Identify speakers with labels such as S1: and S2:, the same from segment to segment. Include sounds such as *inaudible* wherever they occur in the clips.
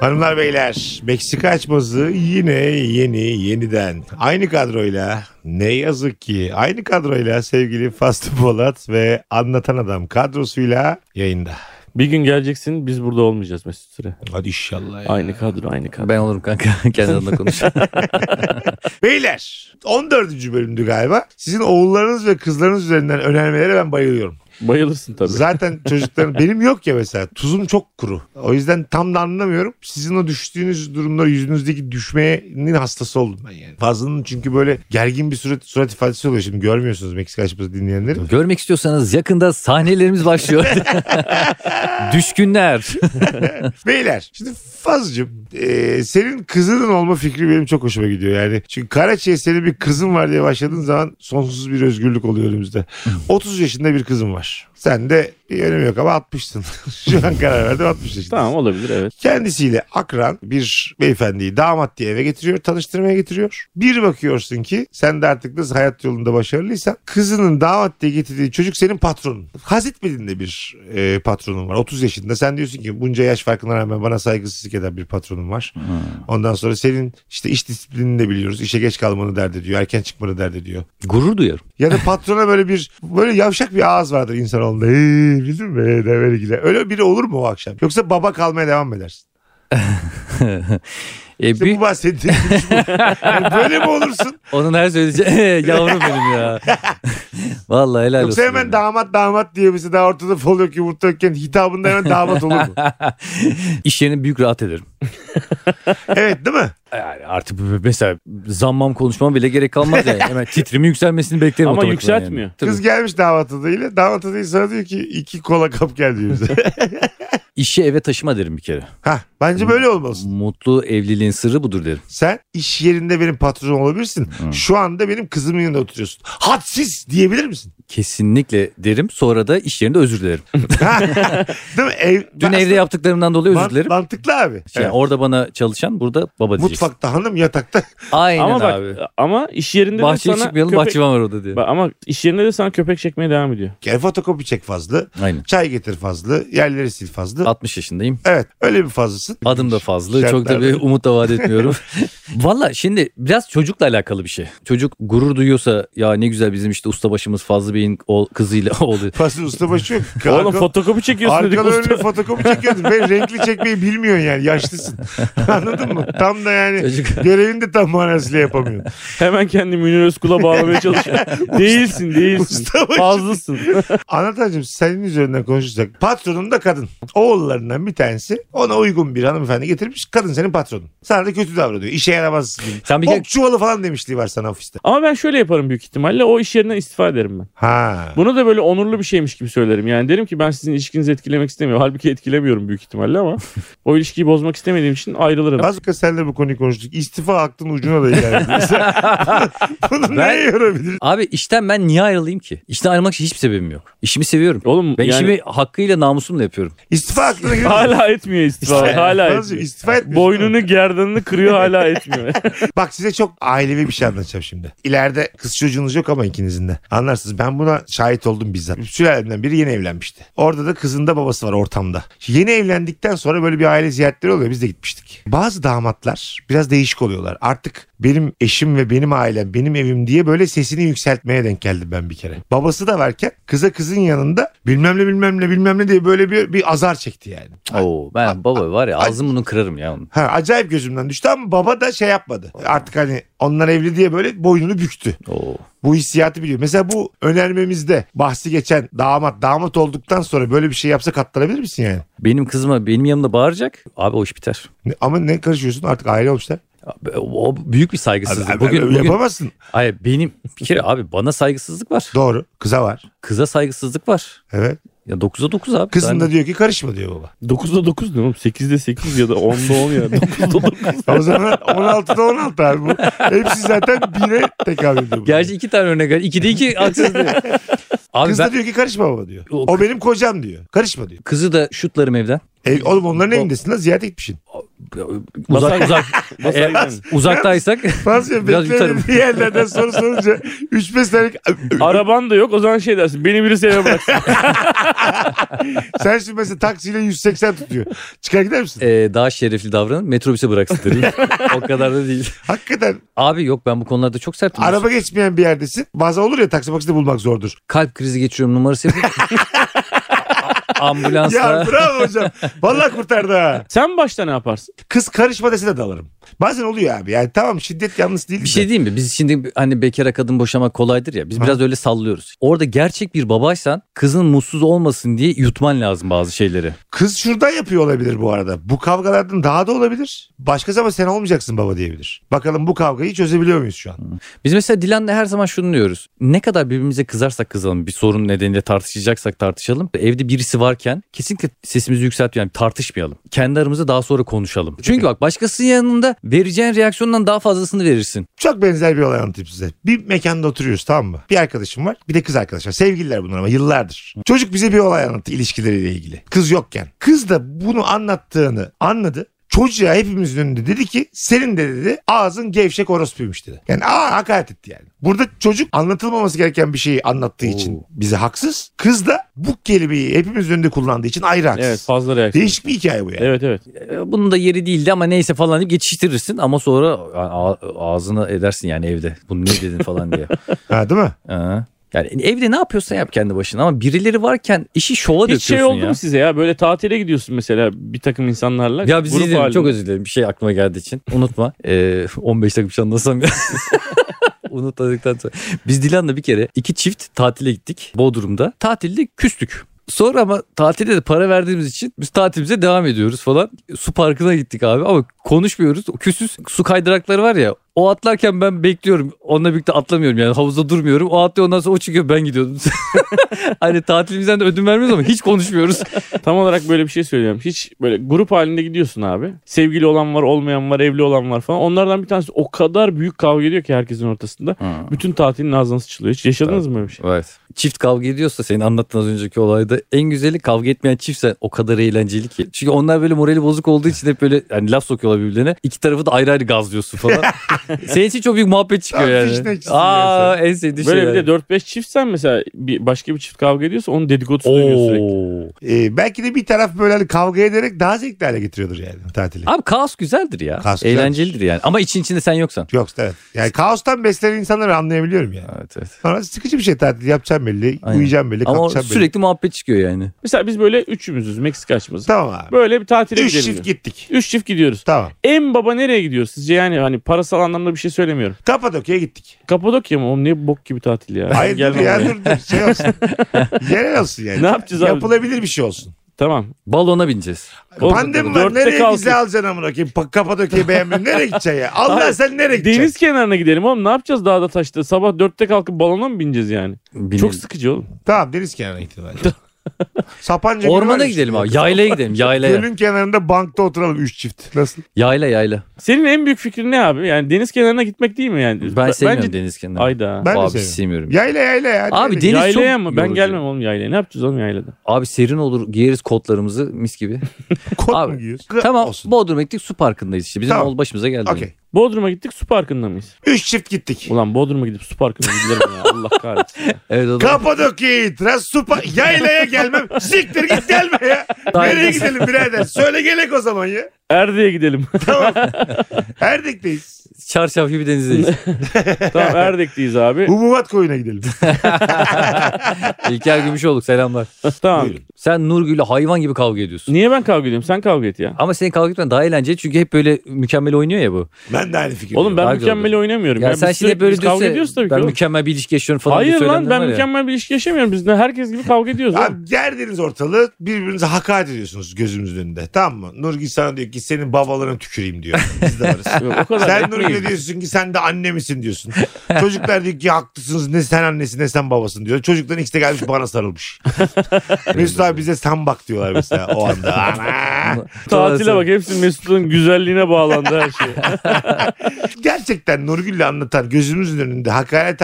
S1: Hanımlar beyler Meksika açması yine yeni yeniden aynı kadroyla ne yazık ki aynı kadroyla sevgili Fastı Polat ve Anlatan Adam kadrosuyla yayında.
S2: Bir gün geleceksin biz burada olmayacağız Mesut Süre.
S1: Hadi inşallah
S2: Aynı kadro aynı kadro.
S3: Ben olurum kanka. *laughs* Kendi adına konuş.
S1: Beyler 14. bölümdü galiba. Sizin oğullarınız ve kızlarınız üzerinden önermelere ben bayılıyorum.
S2: Bayılırsın tabii.
S1: Zaten çocukların *laughs* benim yok ya mesela tuzum çok kuru. O yüzden tam da anlamıyorum. Sizin o düştüğünüz durumlar yüzünüzdeki düşmenin hastası oldum ben yani. Fazlının çünkü böyle gergin bir surat, surat ifadesi oluyor şimdi görmüyorsunuz Meksika açması dinleyenleri.
S3: Görmek istiyorsanız yakında sahnelerimiz başlıyor. *laughs* Düşkünler.
S1: Beyler şimdi Fazlıcığım e, senin kızının olma fikri benim çok hoşuma gidiyor yani. Çünkü Karaçi'ye senin bir kızın var diye başladığın zaman sonsuz bir özgürlük oluyor önümüzde. 30 yaşında bir kızım var. Sen de bir önemi yok ama 60'sın. *laughs* Şu an karar verdim 60 yaşındasın.
S2: Tamam olabilir evet.
S1: Kendisiyle akran bir beyefendiyi damat diye eve getiriyor, tanıştırmaya getiriyor. Bir bakıyorsun ki sen de artık nasıl hayat yolunda başarılıysan kızının damat diye getirdiği çocuk senin patronun. Haz etmediğin de bir e, patronun var. 30 yaşında sen diyorsun ki bunca yaş farkına rağmen bana saygısızlık eden bir patronun var. Ondan sonra senin işte iş disiplinini de biliyoruz. İşe geç kalmanı dert ediyor, erken çıkmanı dert ediyor.
S3: Gurur duyuyorum.
S1: Ya da patrona böyle bir böyle yavşak bir ağız vardır insanoğlunda. Hey, bildin mi? Hey, de böyle gider. Öyle biri olur mu o akşam? Yoksa baba kalmaya devam mı edersin?
S3: E,
S1: İşte
S3: bir,
S1: bu bahsettiğim güç
S3: *laughs*
S1: bu. Yani böyle mi olursun?
S3: onun her söyleyeceği *laughs* yavrum
S1: *laughs*
S3: benim ya. Vallahi helal
S1: Yoksa
S3: olsun.
S1: hemen
S3: yani.
S1: damat damat diye bizi daha ortada fol yok yumurta yokken hitabında hemen damat olur
S3: *laughs*
S1: mu?
S3: İş yerine büyük rahat ederim.
S1: Evet değil mi?
S3: Yani artık b- b- mesela zammam konuşmama bile gerek kalmaz yani. Hemen titrimin yükselmesini beklerim
S2: Ama
S3: otomatikman yani.
S2: yükseltmiyor.
S3: Tabii.
S1: Kız gelmiş damat adayıyla. Damat adayı sana diyor ki iki kola kap gel diyor
S3: *laughs*
S1: bize.
S3: İşi eve taşıma derim bir kere.
S1: Hah, bence böyle olmalısın.
S3: Mutlu evliliğin sırrı budur derim.
S1: Sen iş yerinde benim patron olabilirsin.
S3: Hmm.
S1: Şu anda benim kızımın yanında oturuyorsun. Hadsiz diyebilir
S3: *laughs*
S1: misin?
S3: Kesinlikle derim. Sonra da iş yerinde özür dilerim.
S1: Ha, değil mi? Ev, Ben
S3: Dün evde yaptıklarımdan dolayı özür
S1: Man-
S3: dilerim.
S1: Mantıklı abi.
S3: Yani
S1: Evet.
S3: Şey, Orada bana çalışan burada baba diyeceksin.
S1: Mutfakta hanım yatakta. *laughs*
S3: Aynen
S2: ama bak
S3: abi.
S2: ama iş yerinde
S3: Bahçeye
S2: de sana
S3: çıkmayalım
S2: köpek...
S3: bahçıvan var orada diye.
S2: Bak Ama iş yerinde de sana köpek çekmeye devam ediyor.
S1: Gel fotokopi çek fazla.
S3: Aynen.
S1: Çay getir fazla. Yerleri sil fazla.
S3: 60 yaşındayım.
S1: Evet öyle bir fazlasın.
S3: Adım da fazla.
S1: Şartlar
S3: Çok da bir
S1: böyle.
S3: umut da vaat etmiyorum. Valla şimdi biraz çocukla alakalı bir şey. Çocuk gurur duyuyorsa ya ne güzel bizim işte ustabaşımız Fazlı Bey'in oğul- kızıyla *laughs* oğlu.
S1: Fazla ustabaşı yok.
S2: *laughs* Oğlum fotokopi çekiyorsun dedik
S1: Arkalı önlü
S2: usta.
S1: fotokopi çekiyordun. Ben renkli çekmeyi bilmiyorsun yani yaşlısın. Anladın mı? Tam da yani
S3: Çocuk
S1: görevini de tam manasıyla
S3: *laughs*
S1: yapamıyorsun.
S2: *laughs* Hemen kendi Münir Özkul'a bağlamaya çalışıyor. değilsin değilsin.
S1: Ustabaşı.
S2: Fazlasın.
S1: Anlatacağım senin üzerinden konuşursak. Patronun da kadın. Oğullarından bir tanesi ona uygun bir hanımefendi getirmiş. Kadın senin patronun. Sana da kötü davranıyor. İşe yaramaz.
S3: Sen bir kere
S1: Bok çuvalı falan demişliği var sana ofiste.
S2: Ama ben şöyle yaparım büyük ihtimalle. O iş yerinden istifa ederim ben.
S1: Ha.
S2: Bunu da böyle onurlu bir şeymiş gibi söylerim. Yani derim ki ben sizin ilişkinizi etkilemek istemiyorum. Halbuki etkilemiyorum büyük ihtimalle ama o ilişkiyi bozmak istemediğim için ayrılırım.
S1: Bazıka senle bu konuyu konuştuk. İstifa aklın ucuna da
S3: *laughs*
S1: ilerledi. Sen- bunu *laughs* bunu neye yorabilir?
S3: Abi işten ben niye ayrılayım ki? İşten ayrılmak için hiçbir sebebim yok. İşimi seviyorum.
S2: Oğlum
S3: Ben
S2: yani
S3: işimi hakkıyla namusumla yapıyorum.
S1: İstifa aklına gelir.
S2: hala etmiyor istifa. hala
S1: Bazı
S2: etmiyor.
S1: istifa etmiyor.
S2: Boynunu gerdanını kırıyor hala etmiyor.
S1: Bak size çok ailevi bir şey anlatacağım şimdi. İleride kız çocuğunuz yok ama ikinizin de. Anlarsınız ben buna şahit oldum bizzat. Sülalemden biri yeni evlenmişti. Orada da kızın da babası var ortamda. Yeni evlendikten sonra böyle bir aile ziyaretleri oluyor. Biz de gitmiştik. Bazı damatlar biraz değişik oluyorlar. Artık benim eşim ve benim ailem benim evim diye böyle sesini yükseltmeye denk geldim ben bir kere. Babası da varken kıza kızın yanında bilmem ne bilmem ne bilmem ne diye böyle bir, bir azar çekti yani.
S3: Oo ben baba var ya ağzım bunu kırarım ya onun.
S1: Ha, acayip gözümden düştü ama baba da şey yapmadı. Artık hani onlar evli diye böyle boynunu büktü.
S3: Oo.
S1: Bu hissiyatı biliyor. Mesela bu önermemizde bahsi geçen damat damat olduktan sonra böyle bir şey yapsa katlanabilir misin yani?
S3: Benim kızıma benim yanımda bağıracak. Abi o iş biter.
S1: Ne- Ama ne karışıyorsun artık aile olmuşlar.
S3: Abi, O o büyük bir saygısızlık.
S1: Abi,
S3: E, bugün,
S1: abi,
S3: bugün-
S1: Yapamazsın.
S3: Hayır benim bir kere abi bana saygısızlık var.
S1: Doğru kıza var.
S3: Kıza saygısızlık var.
S1: Evet.
S3: Ya 9'a 9 abi.
S1: Kızın
S3: Ben-
S1: da diyor ki karışma diyor
S3: *laughs*
S1: baba.
S2: 9'da 9 ne oğlum? 8'de 8 ya da 10'da 10 ya. 9'da 9.
S1: O zaman 16'da 16 abi bu. Hepsi zaten bire tekabül ediyor. bunlar.
S3: Gerçi iki tane örnek var. İki
S1: *laughs*
S3: de iki haksızlık. abi
S1: Kız da
S3: ben
S1: diyor ki karışma baba diyor.
S3: O-
S1: O benim kocam diyor. Karışma diyor.
S3: kızı da şutlarım evden.
S1: E, oğlum onların
S3: O-
S1: evindesin lan ziyaret etmişsin.
S3: uzak uzak
S2: Masaya
S3: e,
S2: gidelim.
S3: uzaktaysak
S1: Fazla
S3: Biraz
S1: beklemedim
S3: yutarım.
S1: bir yerlerden soru sorunca 3-5 tane *laughs*
S2: Araban da yok o zaman şey dersin beni birisi eve bıraksın.
S1: sen şimdi mesela taksiyle 180 tutuyor. Çıkar gider misin?
S3: e, daha şerefli davranın metrobüse bıraksın derim. o kadar da değil.
S1: Hakikaten
S3: Abi yok ben bu konularda çok sertim.
S1: araba geçmeyen bir yerdesin. Bazen olur ya taksi maksini bulmak zordur.
S3: Kalp krizi geçiriyorum
S1: *laughs*
S3: numarası yapıp ambulansla.
S1: Ya bravo hocam.
S3: *laughs*
S1: Vallahi kurtardı ha.
S2: Sen başta ne yaparsın?
S1: Kız karışma dese de dalarım. Bazen oluyor abi. Yani tamam şiddet yanlısı değil.
S3: Bir şey diyeyim mi? Biz şimdi hani bekara kadın boşamak kolaydır ya. Biz biraz öyle sallıyoruz. Orada gerçek bir babaysan kızın mutsuz olmasın diye yutman lazım bazı şeyleri.
S1: Kız şuradan yapıyor olabilir bu arada. Bu kavgalardan daha da olabilir. Başka zaman sen olmayacaksın baba diyebilir. Bakalım bu kavgayı çözebiliyor muyuz şu an?
S3: Biz mesela Dilan'la her zaman şunu diyoruz. Ne kadar birbirimize kızarsak kızalım bir sorun nedeniyle tartışacaksak tartışalım. Evde birisi varken kesinlikle sesimizi yükseltmeyelim tartışmayalım. Kendi aramızda daha sonra konuşalım. Çünkü bak başkasının yanında vereceğin reaksiyondan daha fazlasını verirsin.
S1: Çok benzer bir olay anlatayım size. Bir mekanda oturuyoruz tamam mı? Bir arkadaşım var bir de kız arkadaşım var. Sevgililer bunlar ama yıllardır. Çocuk bize bir olay anlattı ilişkileriyle ilgili. Kız yokken. Kız da bunu anlattığını anladı. Çocuğa hepimizin önünde dedi ki senin de dedi ağzın gevşek orospuymuş dedi. Yani aa hakaret etti yani. Burada çocuk anlatılmaması gereken bir şeyi anlattığı için bize haksız. Kız da bu kelimeyi hepimizin önünde kullandığı için ayrı haksız.
S2: Evet fazla reaksiyon.
S1: Değişik bir hikaye bu yani.
S2: Evet evet.
S3: E, Bunun da yeri değildi ama neyse falan deyip geçiştirirsin ama sonra a- a- ağzına edersin yani evde. Bunu ne dedin falan diye.
S1: Ha, değil mi?
S3: Ha. Yani evde ne yapıyorsan yap kendi başına ama birileri varken işi
S2: Hiç
S3: şova döküyorsun
S2: şey oldu
S3: ya.
S2: mu size ya böyle tatile gidiyorsun mesela bir takım insanlarla.
S3: Ya bizi
S2: grup
S3: izledim
S2: halinde.
S3: çok özür dilerim bir şey aklıma geldiği için
S2: *laughs*
S3: unutma Ee, 15 dakika bir şey anlatsam ya. *laughs* Unutmadıktan sonra. Biz Dilan'la bir kere iki çift tatile gittik Bodrum'da. Tatilde küstük. Sonra ama tatilde de para verdiğimiz için biz tatilimize devam ediyoruz falan. Su parkına gittik abi ama konuşmuyoruz. O küsüz su kaydırakları var ya o atlarken ben bekliyorum. Onunla birlikte atlamıyorum yani havuzda durmuyorum. O atlıyor ondan sonra o çıkıyor ben gidiyordum. *laughs* hani tatilimizden de ödün vermiyoruz ama hiç konuşmuyoruz.
S2: Tam olarak böyle bir şey söylüyorum. Hiç böyle grup halinde gidiyorsun abi. Sevgili olan var, olmayan var, evli olan var falan. Onlardan bir tanesi o kadar büyük kavga ediyor ki herkesin ortasında. Bütün tatilin ağzına sıçılıyor. Hiç yaşadınız mı böyle bir şey?
S3: Evet. Çift kavga ediyorsa senin anlattığın az önceki olayda en güzeli kavga etmeyen çiftse o kadar eğlenceli ki. Çünkü onlar böyle morali bozuk olduğu için hep böyle yani laf sokuyorlar birbirlerine. İki tarafı da ayrı ayrı gazlıyorsun falan. senin için çok büyük muhabbet çıkıyor
S1: Tam
S3: yani.
S1: fişne ikisi
S3: Aa en sevdiğim
S2: Böyle
S3: şey.
S2: bir
S3: yani.
S2: de 4-5 çiftsen mesela bir başka bir çift kavga ediyorsa onun dedikodusunu duyuyor sürekli.
S3: Oo.
S1: Ee, belki de bir taraf böyle hani kavga ederek daha zevkli hale getiriyordur yani tatili.
S3: Abi kaos güzeldir ya.
S1: Kaos güzeldir.
S3: Eğlencelidir yani. Ama için içinde sen yoksan.
S1: Yok evet. Yani kaostan beslenen insanları anlayabiliyorum yani.
S3: Evet evet.
S1: Ama sıkıcı bir şey tatil. Yapacağım belli,
S3: Aynen.
S1: uyuyacağım belli,
S3: Ama
S1: kalkacağım belli.
S3: sürekli muhabbet çıkıyor yani.
S2: Mesela biz böyle üçümüzüz Meksika açması.
S1: Tamam abi.
S2: Böyle bir şey tatile
S1: Üç
S2: gidelim.
S1: çift
S2: diyor.
S1: gittik.
S2: Üç çift gidiyoruz.
S1: Tamam.
S2: En baba nereye gidiyor sizce? Yani hani parasal anlamda bir şey söylemiyorum.
S1: Kapadokya'ya gittik.
S2: Kapadokya mı? Oğlum ne bok gibi tatil ya.
S1: Hayır dur
S2: Gelmem
S1: ya
S2: oraya.
S1: dur dur. Şey olsun. Yerel olsun yani.
S2: Ne yapacağız abi?
S1: Yapılabilir bir şey olsun.
S2: Tamam.
S3: Balona bineceğiz.
S2: Oğlum,
S1: Pandemi var.
S2: dörtte
S1: Nereye
S2: kalsın.
S1: vize alacaksın amına koyayım? Pa- Kapadokya'yı beğenmiyorsun. Nereye gideceksin ya? Allah
S2: Hayır.
S1: sen nereye gideceksin?
S2: Deniz kenarına gidelim oğlum. Ne yapacağız dağda taşta? Sabah dörtte kalkıp balona mı bineceğiz yani? Çok
S3: Bilmiyorum.
S2: sıkıcı oğlum.
S1: Tamam deniz kenarına gittin bence. Sapanca Gölü var
S3: Ormana
S1: ya
S3: gidelim
S1: şimdi.
S3: abi. Yaylaya gidelim. Yaylaya.
S1: Gölün kenarında bankta oturalım üç çift. Nasıl?
S3: Yayla yayla.
S2: Senin en büyük fikrin ne abi? Yani deniz kenarına gitmek değil mi yani?
S3: Ben sevmiyorum
S2: Bence...
S3: deniz kenarını.
S2: Ayda.
S1: Ben de
S3: Abi
S1: seviyorum.
S3: sevmiyorum.
S1: Yayla yayla ya. Hadi
S3: Abi
S1: yayla.
S3: deniz çok
S2: Yaylaya mı? Ben
S3: yorucu.
S2: gelmem oğlum yaylaya. Ne yapacağız oğlum yaylada?
S3: Abi serin olur giyeriz kotlarımızı mis gibi.
S2: *laughs*
S1: Kot
S3: Abi,
S1: mu giyiyorsun?
S3: tamam
S1: Olsun.
S3: Bodrum'a gittik su parkındayız işte. Bizim
S1: Tamam.
S3: ol başımıza geldi.
S1: Okey.
S2: Bodrum'a gittik su parkında mıyız?
S1: Üç çift gittik.
S2: Ulan Bodrum'a gidip su parkına gidelim ya. Allah kahretsin.
S3: Evet o da
S1: Kapadokya'ya itiraz supa yaylaya gelmem. Siktir git gelme ya.
S3: Daha
S1: Nereye
S3: iyisin.
S1: gidelim birader? Söyle gelek o zaman ya.
S2: Erde'ye gidelim. *laughs*
S1: Tamam. Erdek'teyiz.
S3: çarşaf
S2: *laughs*
S3: gibi denizdeyiz.
S2: tamam Erdek'teyiz abi.
S1: Umuvat koyuna gidelim.
S3: İlker Gümüşoğlu selamlar.
S2: tamam.
S1: Buyurun.
S3: Sen Nurgül'le hayvan gibi kavga ediyorsun.
S2: Niye ben kavga ediyorum? Sen kavga et ya.
S3: Ama senin kavga etmen daha eğlenceli çünkü hep böyle mükemmel oynuyor ya bu.
S1: Ben de aynı fikir.
S2: Oğlum ben
S3: Kavga
S2: mükemmel
S3: oluyor.
S2: oynamıyorum.
S3: Ya,
S2: ya.
S3: sen
S2: Biz
S3: şimdi hep
S2: sürekli- biz
S3: böyle
S2: kavga
S3: diyorsun.
S2: ediyorsun tabii ki.
S3: Ben
S2: oğlum.
S3: mükemmel bir ilişki yaşıyorum falan. diye
S2: Hayır lan
S3: söylemler
S2: ben
S3: var ya.
S2: mükemmel bir ilişki yaşamıyorum. Biz de herkes gibi kavga ediyoruz. oğlum.
S1: Abi gerdiniz ortalığı birbirinize hakaret ediyorsunuz gözümüzün önünde. Tamam mı? Nurgül sana diyor ki senin babalarına tüküreyim diyor. Biz de varız.
S2: Yok, o kadar
S1: sen
S2: yapmayın.
S1: Nurgül'e diyorsun ki sen de anne misin diyorsun. *laughs* Çocuklar diyor ki haklısınız ne sen annesin ne sen babasın diyor. Çocukların ikisi de gelmiş bana
S3: *laughs*
S1: sarılmış. Mesut abi bize sen bak diyorlar mesela o anda.
S3: *laughs*
S1: Ana!
S2: Tatile bak hepsi Mesut'un güzelliğine bağlandı her şey. *laughs*
S1: gerçekten Nurgül'le anlatan gözümüzün önünde hakaret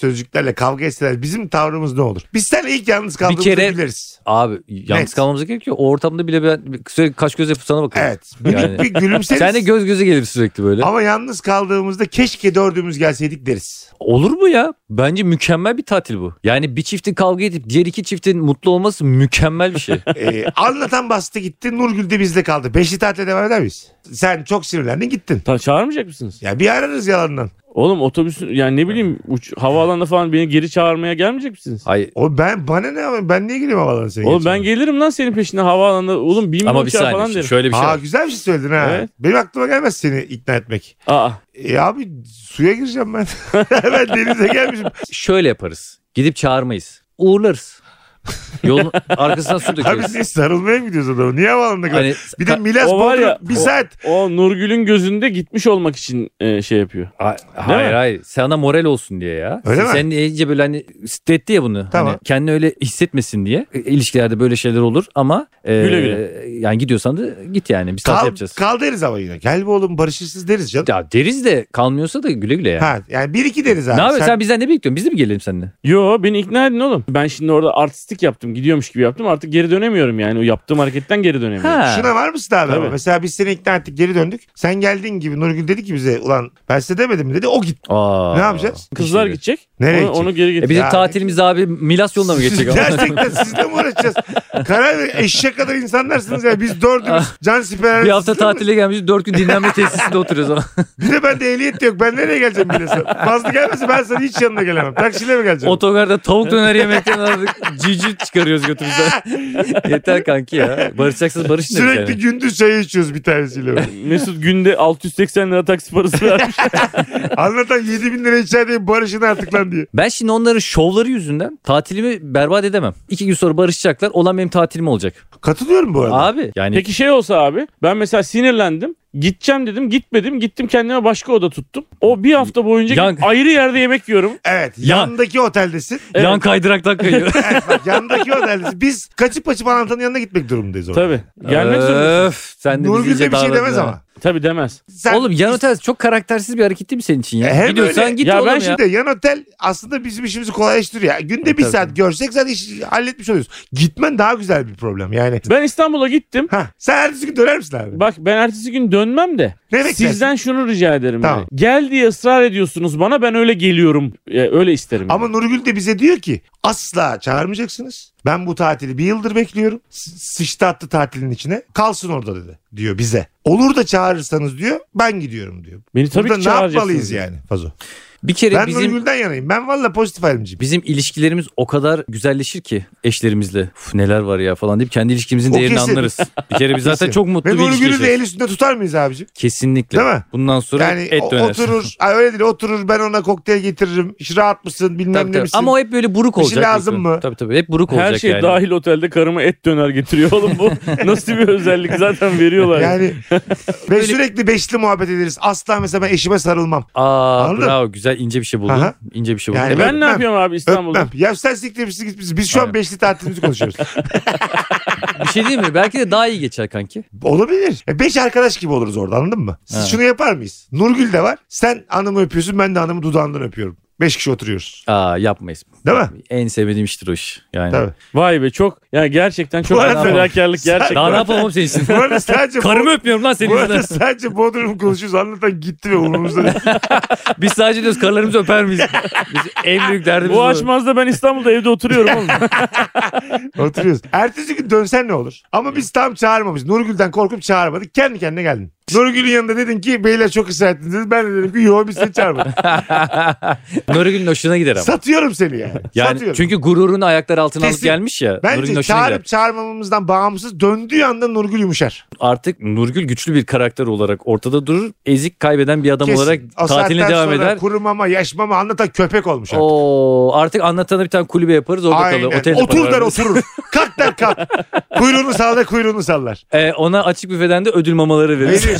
S1: sözcüklerle kavga etseler bizim tavrımız ne olur? Biz sen ilk yalnız kaldığımızı
S3: kere- *laughs*
S1: biliriz.
S3: Abi yalnız
S1: Net.
S3: kalmamıza gerek yok. O ortamda bile ben sürekli kaş göz yapıp sana bakıyorum.
S1: Evet. Minik
S3: Yani-
S1: bir gülümseriz.
S3: Sen de göz göze gelir sürekli böyle.
S1: Ama yalnız kaldığımızda keşke dördümüz gelseydik deriz.
S3: Olur mu ya? Bence mükemmel bir tatil bu. Yani bir çiftin kavga edip diğer iki çiftin mutlu olması mükemmel
S2: *laughs*
S3: bir şey. *laughs*
S1: Ee, anlatan bastı gitti. Nurgül de bizde kaldı. Beşli tatile devam eder miyiz? Sen çok sinirlendin gittin.
S2: Ta- çağırmayacak mısınız?
S1: Ya bir ararız yalandan.
S2: Oğlum otobüsün yani ne bileyim uç, havaalanına falan beni geri çağırmaya gelmeyecek misiniz?
S3: Hayır.
S1: O ben bana ne abi? ben niye gireyim havalarına senin?
S2: Oğlum ben gelirim lan senin peşine havaalanına. Oğlum bin
S3: Ama
S2: bin
S3: bir
S2: uçağa
S3: saniye.
S2: falan
S3: şimdi
S2: derim.
S3: Şöyle bir şey
S1: Aa
S3: var.
S1: güzel bir şey söyledin ha.
S2: Evet.
S1: Benim aklıma gelmez seni ikna etmek.
S2: Aa,
S1: E abi suya gireceğim ben. *laughs* ben denize gelmişim.
S3: Şöyle yaparız. Gidip çağırmayız. Uğurlarız.
S1: *laughs*
S3: Yolun arkasından su
S1: Abi
S3: dökeriz.
S1: niye sarılmaya mı gidiyoruz adamı? Niye havalanına kadar?
S3: Hani
S1: Bir de
S3: ka-
S1: Milas
S2: o var ya,
S1: Bodrum bir
S2: o-
S1: saat.
S2: o Nurgül'ün gözünde gitmiş olmak için e, şey yapıyor.
S3: Ha-
S2: Değil
S3: hayır
S2: mi?
S3: hayır. Sana moral olsun diye ya.
S1: Öyle mi?
S3: Sen iyice böyle hani sitletti ya bunu.
S1: Tamam.
S3: Hani kendini öyle hissetmesin diye. E, İlişkilerde böyle şeyler olur ama e,
S2: Güle güle.
S3: yani gidiyorsan da git yani. Biz tatil
S1: Kal,
S3: yapacağız.
S1: kal deriz ama yine. Gel be oğlum barışırsız deriz canım.
S3: ya deriz de kalmıyorsa da güle güle yani.
S1: Ha, yani bir iki deriz abi.
S3: Ne yapıyorsun? Sen...
S1: Sen-
S3: bizden ne bekliyorsun? Biz de mi gelelim seninle?
S2: Yo beni ikna edin oğlum. Ben şimdi orada artistik yaptım. Gidiyormuş gibi yaptım. Artık geri dönemiyorum yani. O yaptığım hareketten geri dönemiyorum.
S3: Ha.
S1: Şuna var mısın abi?
S2: Tabii.
S1: Mesela biz seni ikna ettik geri döndük. Sen geldiğin gibi Nurgül dedi ki bize ulan ben size demedim mi?" dedi. O gitti.
S3: Aa.
S1: Ne yapacağız?
S2: Kızlar
S3: Teşekkür.
S2: gidecek.
S1: Nereye
S2: onu,
S1: gidecek?
S2: onu geri
S3: E
S2: getir.
S3: bizim
S1: Ya-
S3: tatilimiz abi Milas yoluna mı geçecek?
S1: Siz- *laughs* Gerçekten sizle mi uğraşacağız? Karar ver. Eşek kadar insanlarsınız ya. Biz dördümüz.
S3: Ah.
S1: Can siperler.
S3: *laughs* bir hafta tatile gelmişiz. Dört gün dinlenme tesisinde oturuyoruz ama.
S1: Bir de bende ehliyet de yok. Ben nereye geleceğim bilesin. Fazla gelmese ben sana hiç yanına gelemem. Taksiyle mi geleceğim?
S3: Otogarda tavuk döner yemekten aldık. Cici
S1: *laughs*
S3: çıkarıyoruz götümüzden. Yeter kanki ya. Barışacaksınız barışın demiş
S1: Sürekli
S3: yani.
S1: gündüz çayı içiyoruz bir tanesiyle. böyle.
S2: *laughs* Mesut günde 680 lira taksi
S3: *laughs*
S2: parası vermiş.
S1: Anlatan 7000 bin lira içerideyim barışın artık lan diye.
S3: Ben şimdi onların şovları yüzünden tatilimi berbat edemem. İki gün sonra barışacaklar. Olan benim tatilim olacak.
S1: Katılıyorum bu arada.
S3: Abi yani
S2: Peki şey olsa abi ben mesela sinirlendim. Gideceğim dedim gitmedim. Gittim kendime başka oda tuttum. O bir hafta boyunca
S3: Yan-
S2: gidip ayrı yerde yemek yiyorum.
S1: Evet
S3: Ya-
S1: yanındaki oteldesin.
S3: yan kaydıraktan
S1: *laughs*
S3: kayıyor.
S1: Evet bak yanındaki oteldesin. Biz kaçıp kaçıp anlatanın yanına gitmek durumundays orada.
S2: Tabii. Gelmek zorunda.
S3: Öf, sen de bizi
S1: Nurgül
S3: iyice
S1: de bir şey
S3: darladın
S1: demez
S3: ha.
S1: ama.
S2: Tabii demez.
S1: Sen-
S3: Oğlum yan otel çok karaktersiz bir hareket değil mi senin için ya?
S1: E, hem
S3: Gidiyorsan
S1: öyle.
S3: git
S2: Ya
S3: oğlum
S2: ben
S3: ya. E,
S2: şimdi-
S1: de yan otel aslında bizim işimizi kolaylaştırıyor. ya. Günde bir
S3: tabii.
S1: saat görsek zaten işi halletmiş oluyoruz. Gitmen daha güzel bir problem
S3: *laughs*
S1: yani.
S2: Ben İstanbul'a gittim.
S1: Ha, sen ertesi gün döner misin abi?
S2: Bak ben ertesi gün dönmem de
S1: Ne beklersin?
S2: sizden şunu rica ederim.
S1: Tamam.
S2: yani. Gel diye ısrar ediyorsunuz bana ben öyle geliyorum. e, öyle isterim.
S1: Ama Nurgül de bize diyor ki asla çağırmayacaksınız. Ben bu tatili bir yıldır bekliyorum. S- Sıçtı attı tatilin içine. Kalsın orada dedi diyor bize. Olur da çağırırsanız diyor ben gidiyorum diyor.
S2: Beni tabii
S1: Burada
S2: ki
S1: ne
S2: çağıracaksınız.
S1: yapmalıyız yani Fazo?
S3: Bir kere
S1: Ben
S3: bizim
S1: Nurgül'den yanayım. Ben valla pozitif ayrımcıyım.
S3: bizim ilişkilerimiz o kadar güzelleşir ki eşlerimizle. Uf, neler var ya falan deyip kendi ilişkimizin
S1: O
S3: değerini
S1: kesin.
S3: anlarız. Bir
S1: *laughs*
S3: kere biz zaten
S1: Kesin.
S3: çok mutlu
S1: Ve
S3: bir ilişki
S1: Nurgül'ü de
S3: yaşıyoruz.
S1: el üstünde tutar mıyız abicim?
S3: Kesinlikle.
S1: Değil mi?
S3: Bundan sonra
S1: Yani
S3: et
S1: o-
S3: döner. *laughs*
S1: oturur. Ay öyle değil oturur ben ona kokteyl getiririm. İşte rahat mısın bilmem
S3: Tabii,
S1: ne
S3: tabii.
S1: misin.
S3: Ama o *laughs* hep böyle buruk
S1: Bir şey
S3: olacak.
S1: lazım
S3: büyük ihtimal.
S1: mı?
S3: Tabii tabii hep buruk olacak
S2: Her şey
S3: yani.
S2: dahil otelde karıma et döner getiriyor oğlum
S1: *laughs*
S2: bu. Nasıl bir özellik zaten veriyorlar.
S3: *laughs*
S1: Yani ve sürekli beşli muhabbet ederiz. Asla mesela ben eşime sarılmam.
S3: Aa
S1: Anladın?
S3: bravo güzel ince bir şey buldun.
S1: Aha.
S3: İnce bir şey buldun.
S1: Yani
S2: E ben ne
S1: Öpmem.
S2: yapıyorum abi İstanbul'da?
S1: Öpmem. Ya sen siktir biz, biz, biz şu an
S3: Aynen.
S1: beşli
S3: *laughs*
S1: tatilimizi konuşuyoruz.
S3: Bir şey değil mi? Belki de daha iyi geçer kanki.
S1: Olabilir. E, Beş arkadaş gibi oluruz orada anladın mı? Siz
S3: Ha.
S1: şunu yapar mıyız? Nurgül de var. Sen anımı öpüyorsun ben de anımı dudağından öpüyorum. Beş kişi oturuyoruz.
S3: Aa yapmayız.
S1: Değil mi?
S3: En sevmediğim iştir o iş. Yani.
S1: Tabii.
S2: Vay be çok yani gerçekten çok
S1: Bu arada-
S2: fedakarlık gerçekten.
S3: Daha ne yapalım oğlum senin için?
S1: Bu arada sadece
S3: *laughs* Karımı öpmüyorum lan senin
S1: bu arada
S3: yüzünden.
S1: sadece Bodrum'u konuşuyoruz. Anlatan gitti ve
S3: *laughs*
S1: umurumuzda değil.
S3: Biz sadece diyoruz karılarımızı öper miyiz? Biz en büyük derdimiz
S2: Bu açmazda ben İstanbul'da evde oturuyorum
S1: *laughs*
S2: oğlum.
S1: oturuyoruz. Ertesi gün dönsen ne olur? Ama biz tam çağırmamışız. Nurgül'den korkup çağırmadık. Kendi kendine geldin. Nurgül'ün yanında dedin ki beyler çok ısrar ettiniz. dedi. Ben de dedim ki yo biz seni
S3: *laughs*
S1: çağırmadık.
S3: Nurgül'ün hoşuna gider ama.
S1: Satıyorum seni yani.
S3: Yani
S1: Satıyorum.
S3: çünkü gururunu ayaklar altına alıp
S1: Kesin.
S3: gelmiş ya. Nurgül'ün
S1: Bence
S3: hoşuna gider.
S1: çağırıp çağırmamamızdan bağımsız döndüğü anda Nurgül yumuşar.
S3: Artık Nurgül güçlü bir karakter olarak ortada durur. Ezik kaybeden bir adam
S1: Kesin.
S3: olarak
S1: O
S3: tatiline
S1: saatten
S3: devam
S1: sonra
S3: eder.
S1: Kurumama, yaşmama anlatan köpek olmuş artık.
S3: Oo, artık anlatana bir tane kulübe yaparız orada kalır.
S1: Aynen.
S3: Otelde
S1: Otur der
S3: kalır. *laughs*
S1: oturur. kalk der kalk. kuyruğunu sallar kuyruğunu sallar.
S3: Ee, ona açık büfeden de ödül mamaları veririz.
S1: Verir.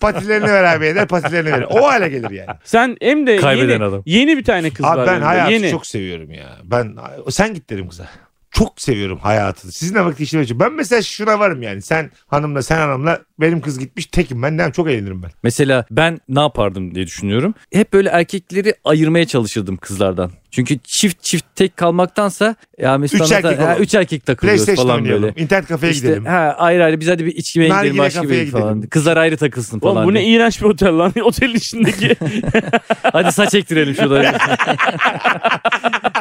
S1: patilerini ver abi eder patilerini verir. O hale gelir yani.
S2: Sen hem de
S3: Kaybeden
S2: yeni,
S3: adam.
S2: yeni bir tane kız
S1: Abi
S2: var.
S1: ben
S2: yanında,
S1: hayatı
S2: yeni.
S1: çok seviyorum ya. Ben sen git derim kıza. çok seviyorum hayatı. Sizinle vakit geçirmek için. Ben mesela şuna varım yani. Sen hanımla sen hanımla benim kız gitmiş tekim ben. Ne- Çok eğlenirim ben.
S3: Mesela ben ne yapardım diye düşünüyorum. Hep böyle erkekleri ayırmaya çalışırdım kızlardan. Çünkü çift çift tek kalmaktansa ya mesela
S1: Üç erkek
S3: ha,
S1: olalım.
S3: üç erkek takılıyoruz
S1: PlayStation
S3: falan
S1: oynayalım.
S3: böyle.
S1: İnternet kafeye
S3: İşte
S1: gidelim.
S3: ha, ayrı ayrı biz hadi bir içkime
S1: Nargile
S3: gidelim başka bir
S1: kafeye
S3: yere falan.
S1: gidelim.
S3: Kızlar ayrı takılsın
S2: Oğlum
S3: falan.
S2: bu ne
S3: diye.
S2: iğrenç bir otel lan. *laughs* Otelin içindeki.
S3: Hadi saç
S1: *laughs*
S3: ektirelim şurada.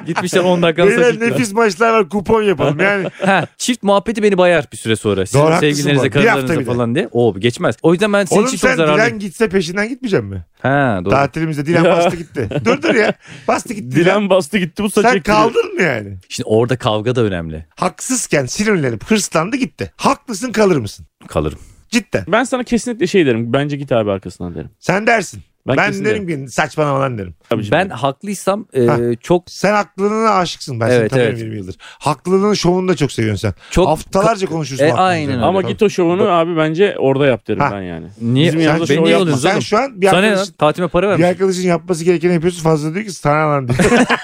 S3: Gitmişler 10 dakika saç
S1: Böyle
S3: ektiler.
S1: nefis maçlar var kupon yapalım. Yani
S3: Ha, çift muhabbeti beni bayar bir süre sonra. Sizin
S1: Doğru, haklısın
S3: sevgilinize,
S1: bak. Bir hafta
S3: karılarınıza
S1: bile.
S3: falan diye. Oo geçmez. O yüzden ben senin
S1: oğlum
S3: için çok
S1: sen
S3: zararlıyım.
S1: Dilan gitse peşinden gitmeyecek mi?
S3: Ha doğru.
S1: Tatilimizde Dilan
S2: Ya.
S1: bastı gitti. Dur dur ya. Bastı gitti Dilan.
S2: Dilen bastı gitti bu saç
S1: Sen
S2: ektiği.
S1: kaldın mı yani?
S3: Şimdi orada kavga da önemli.
S1: Haksızken sinirlenip hırslandı gitti. Haklısın kalır mısın?
S3: Kalırım.
S1: Cidden.
S2: Ben sana kesinlikle şey derim. Bence git abi arkasından derim.
S1: Sen dersin.
S2: Ben
S1: Ben,
S2: kesin
S1: derim ki saçmalama lan derim.
S2: Abicim
S3: Ben haklıysam e,
S1: Ha.
S3: çok
S1: Sen haklılığına aşıksın. Ben seni
S3: Evet,
S1: tanıyorum
S3: evet.
S1: 20 yıldır. Haklılığının şovunu da çok seviyorsun sen.
S3: çok
S1: Haftalarca konuşursun.
S3: E,
S1: haklılığın
S3: aynen
S1: üzerine.
S3: öyle.
S2: Ama
S1: Tabii.
S2: git o şovunu abi bence orada yap derim
S1: Ha.
S2: ben yani.
S3: niye
S2: Bizim
S3: sen
S2: yanımızda
S3: beni
S2: şov
S3: niye
S2: yapma.
S3: alıyorsunuz
S1: Sen
S3: oğlum?
S1: şu an bir
S3: Sana ne lan?
S1: arkadaşın,
S3: Tatime para
S1: bir
S3: vermiş.
S1: arkadaşın yapması gerekeni yapıyorsun. Fazla diyor ki sana lan diyor.
S2: *laughs*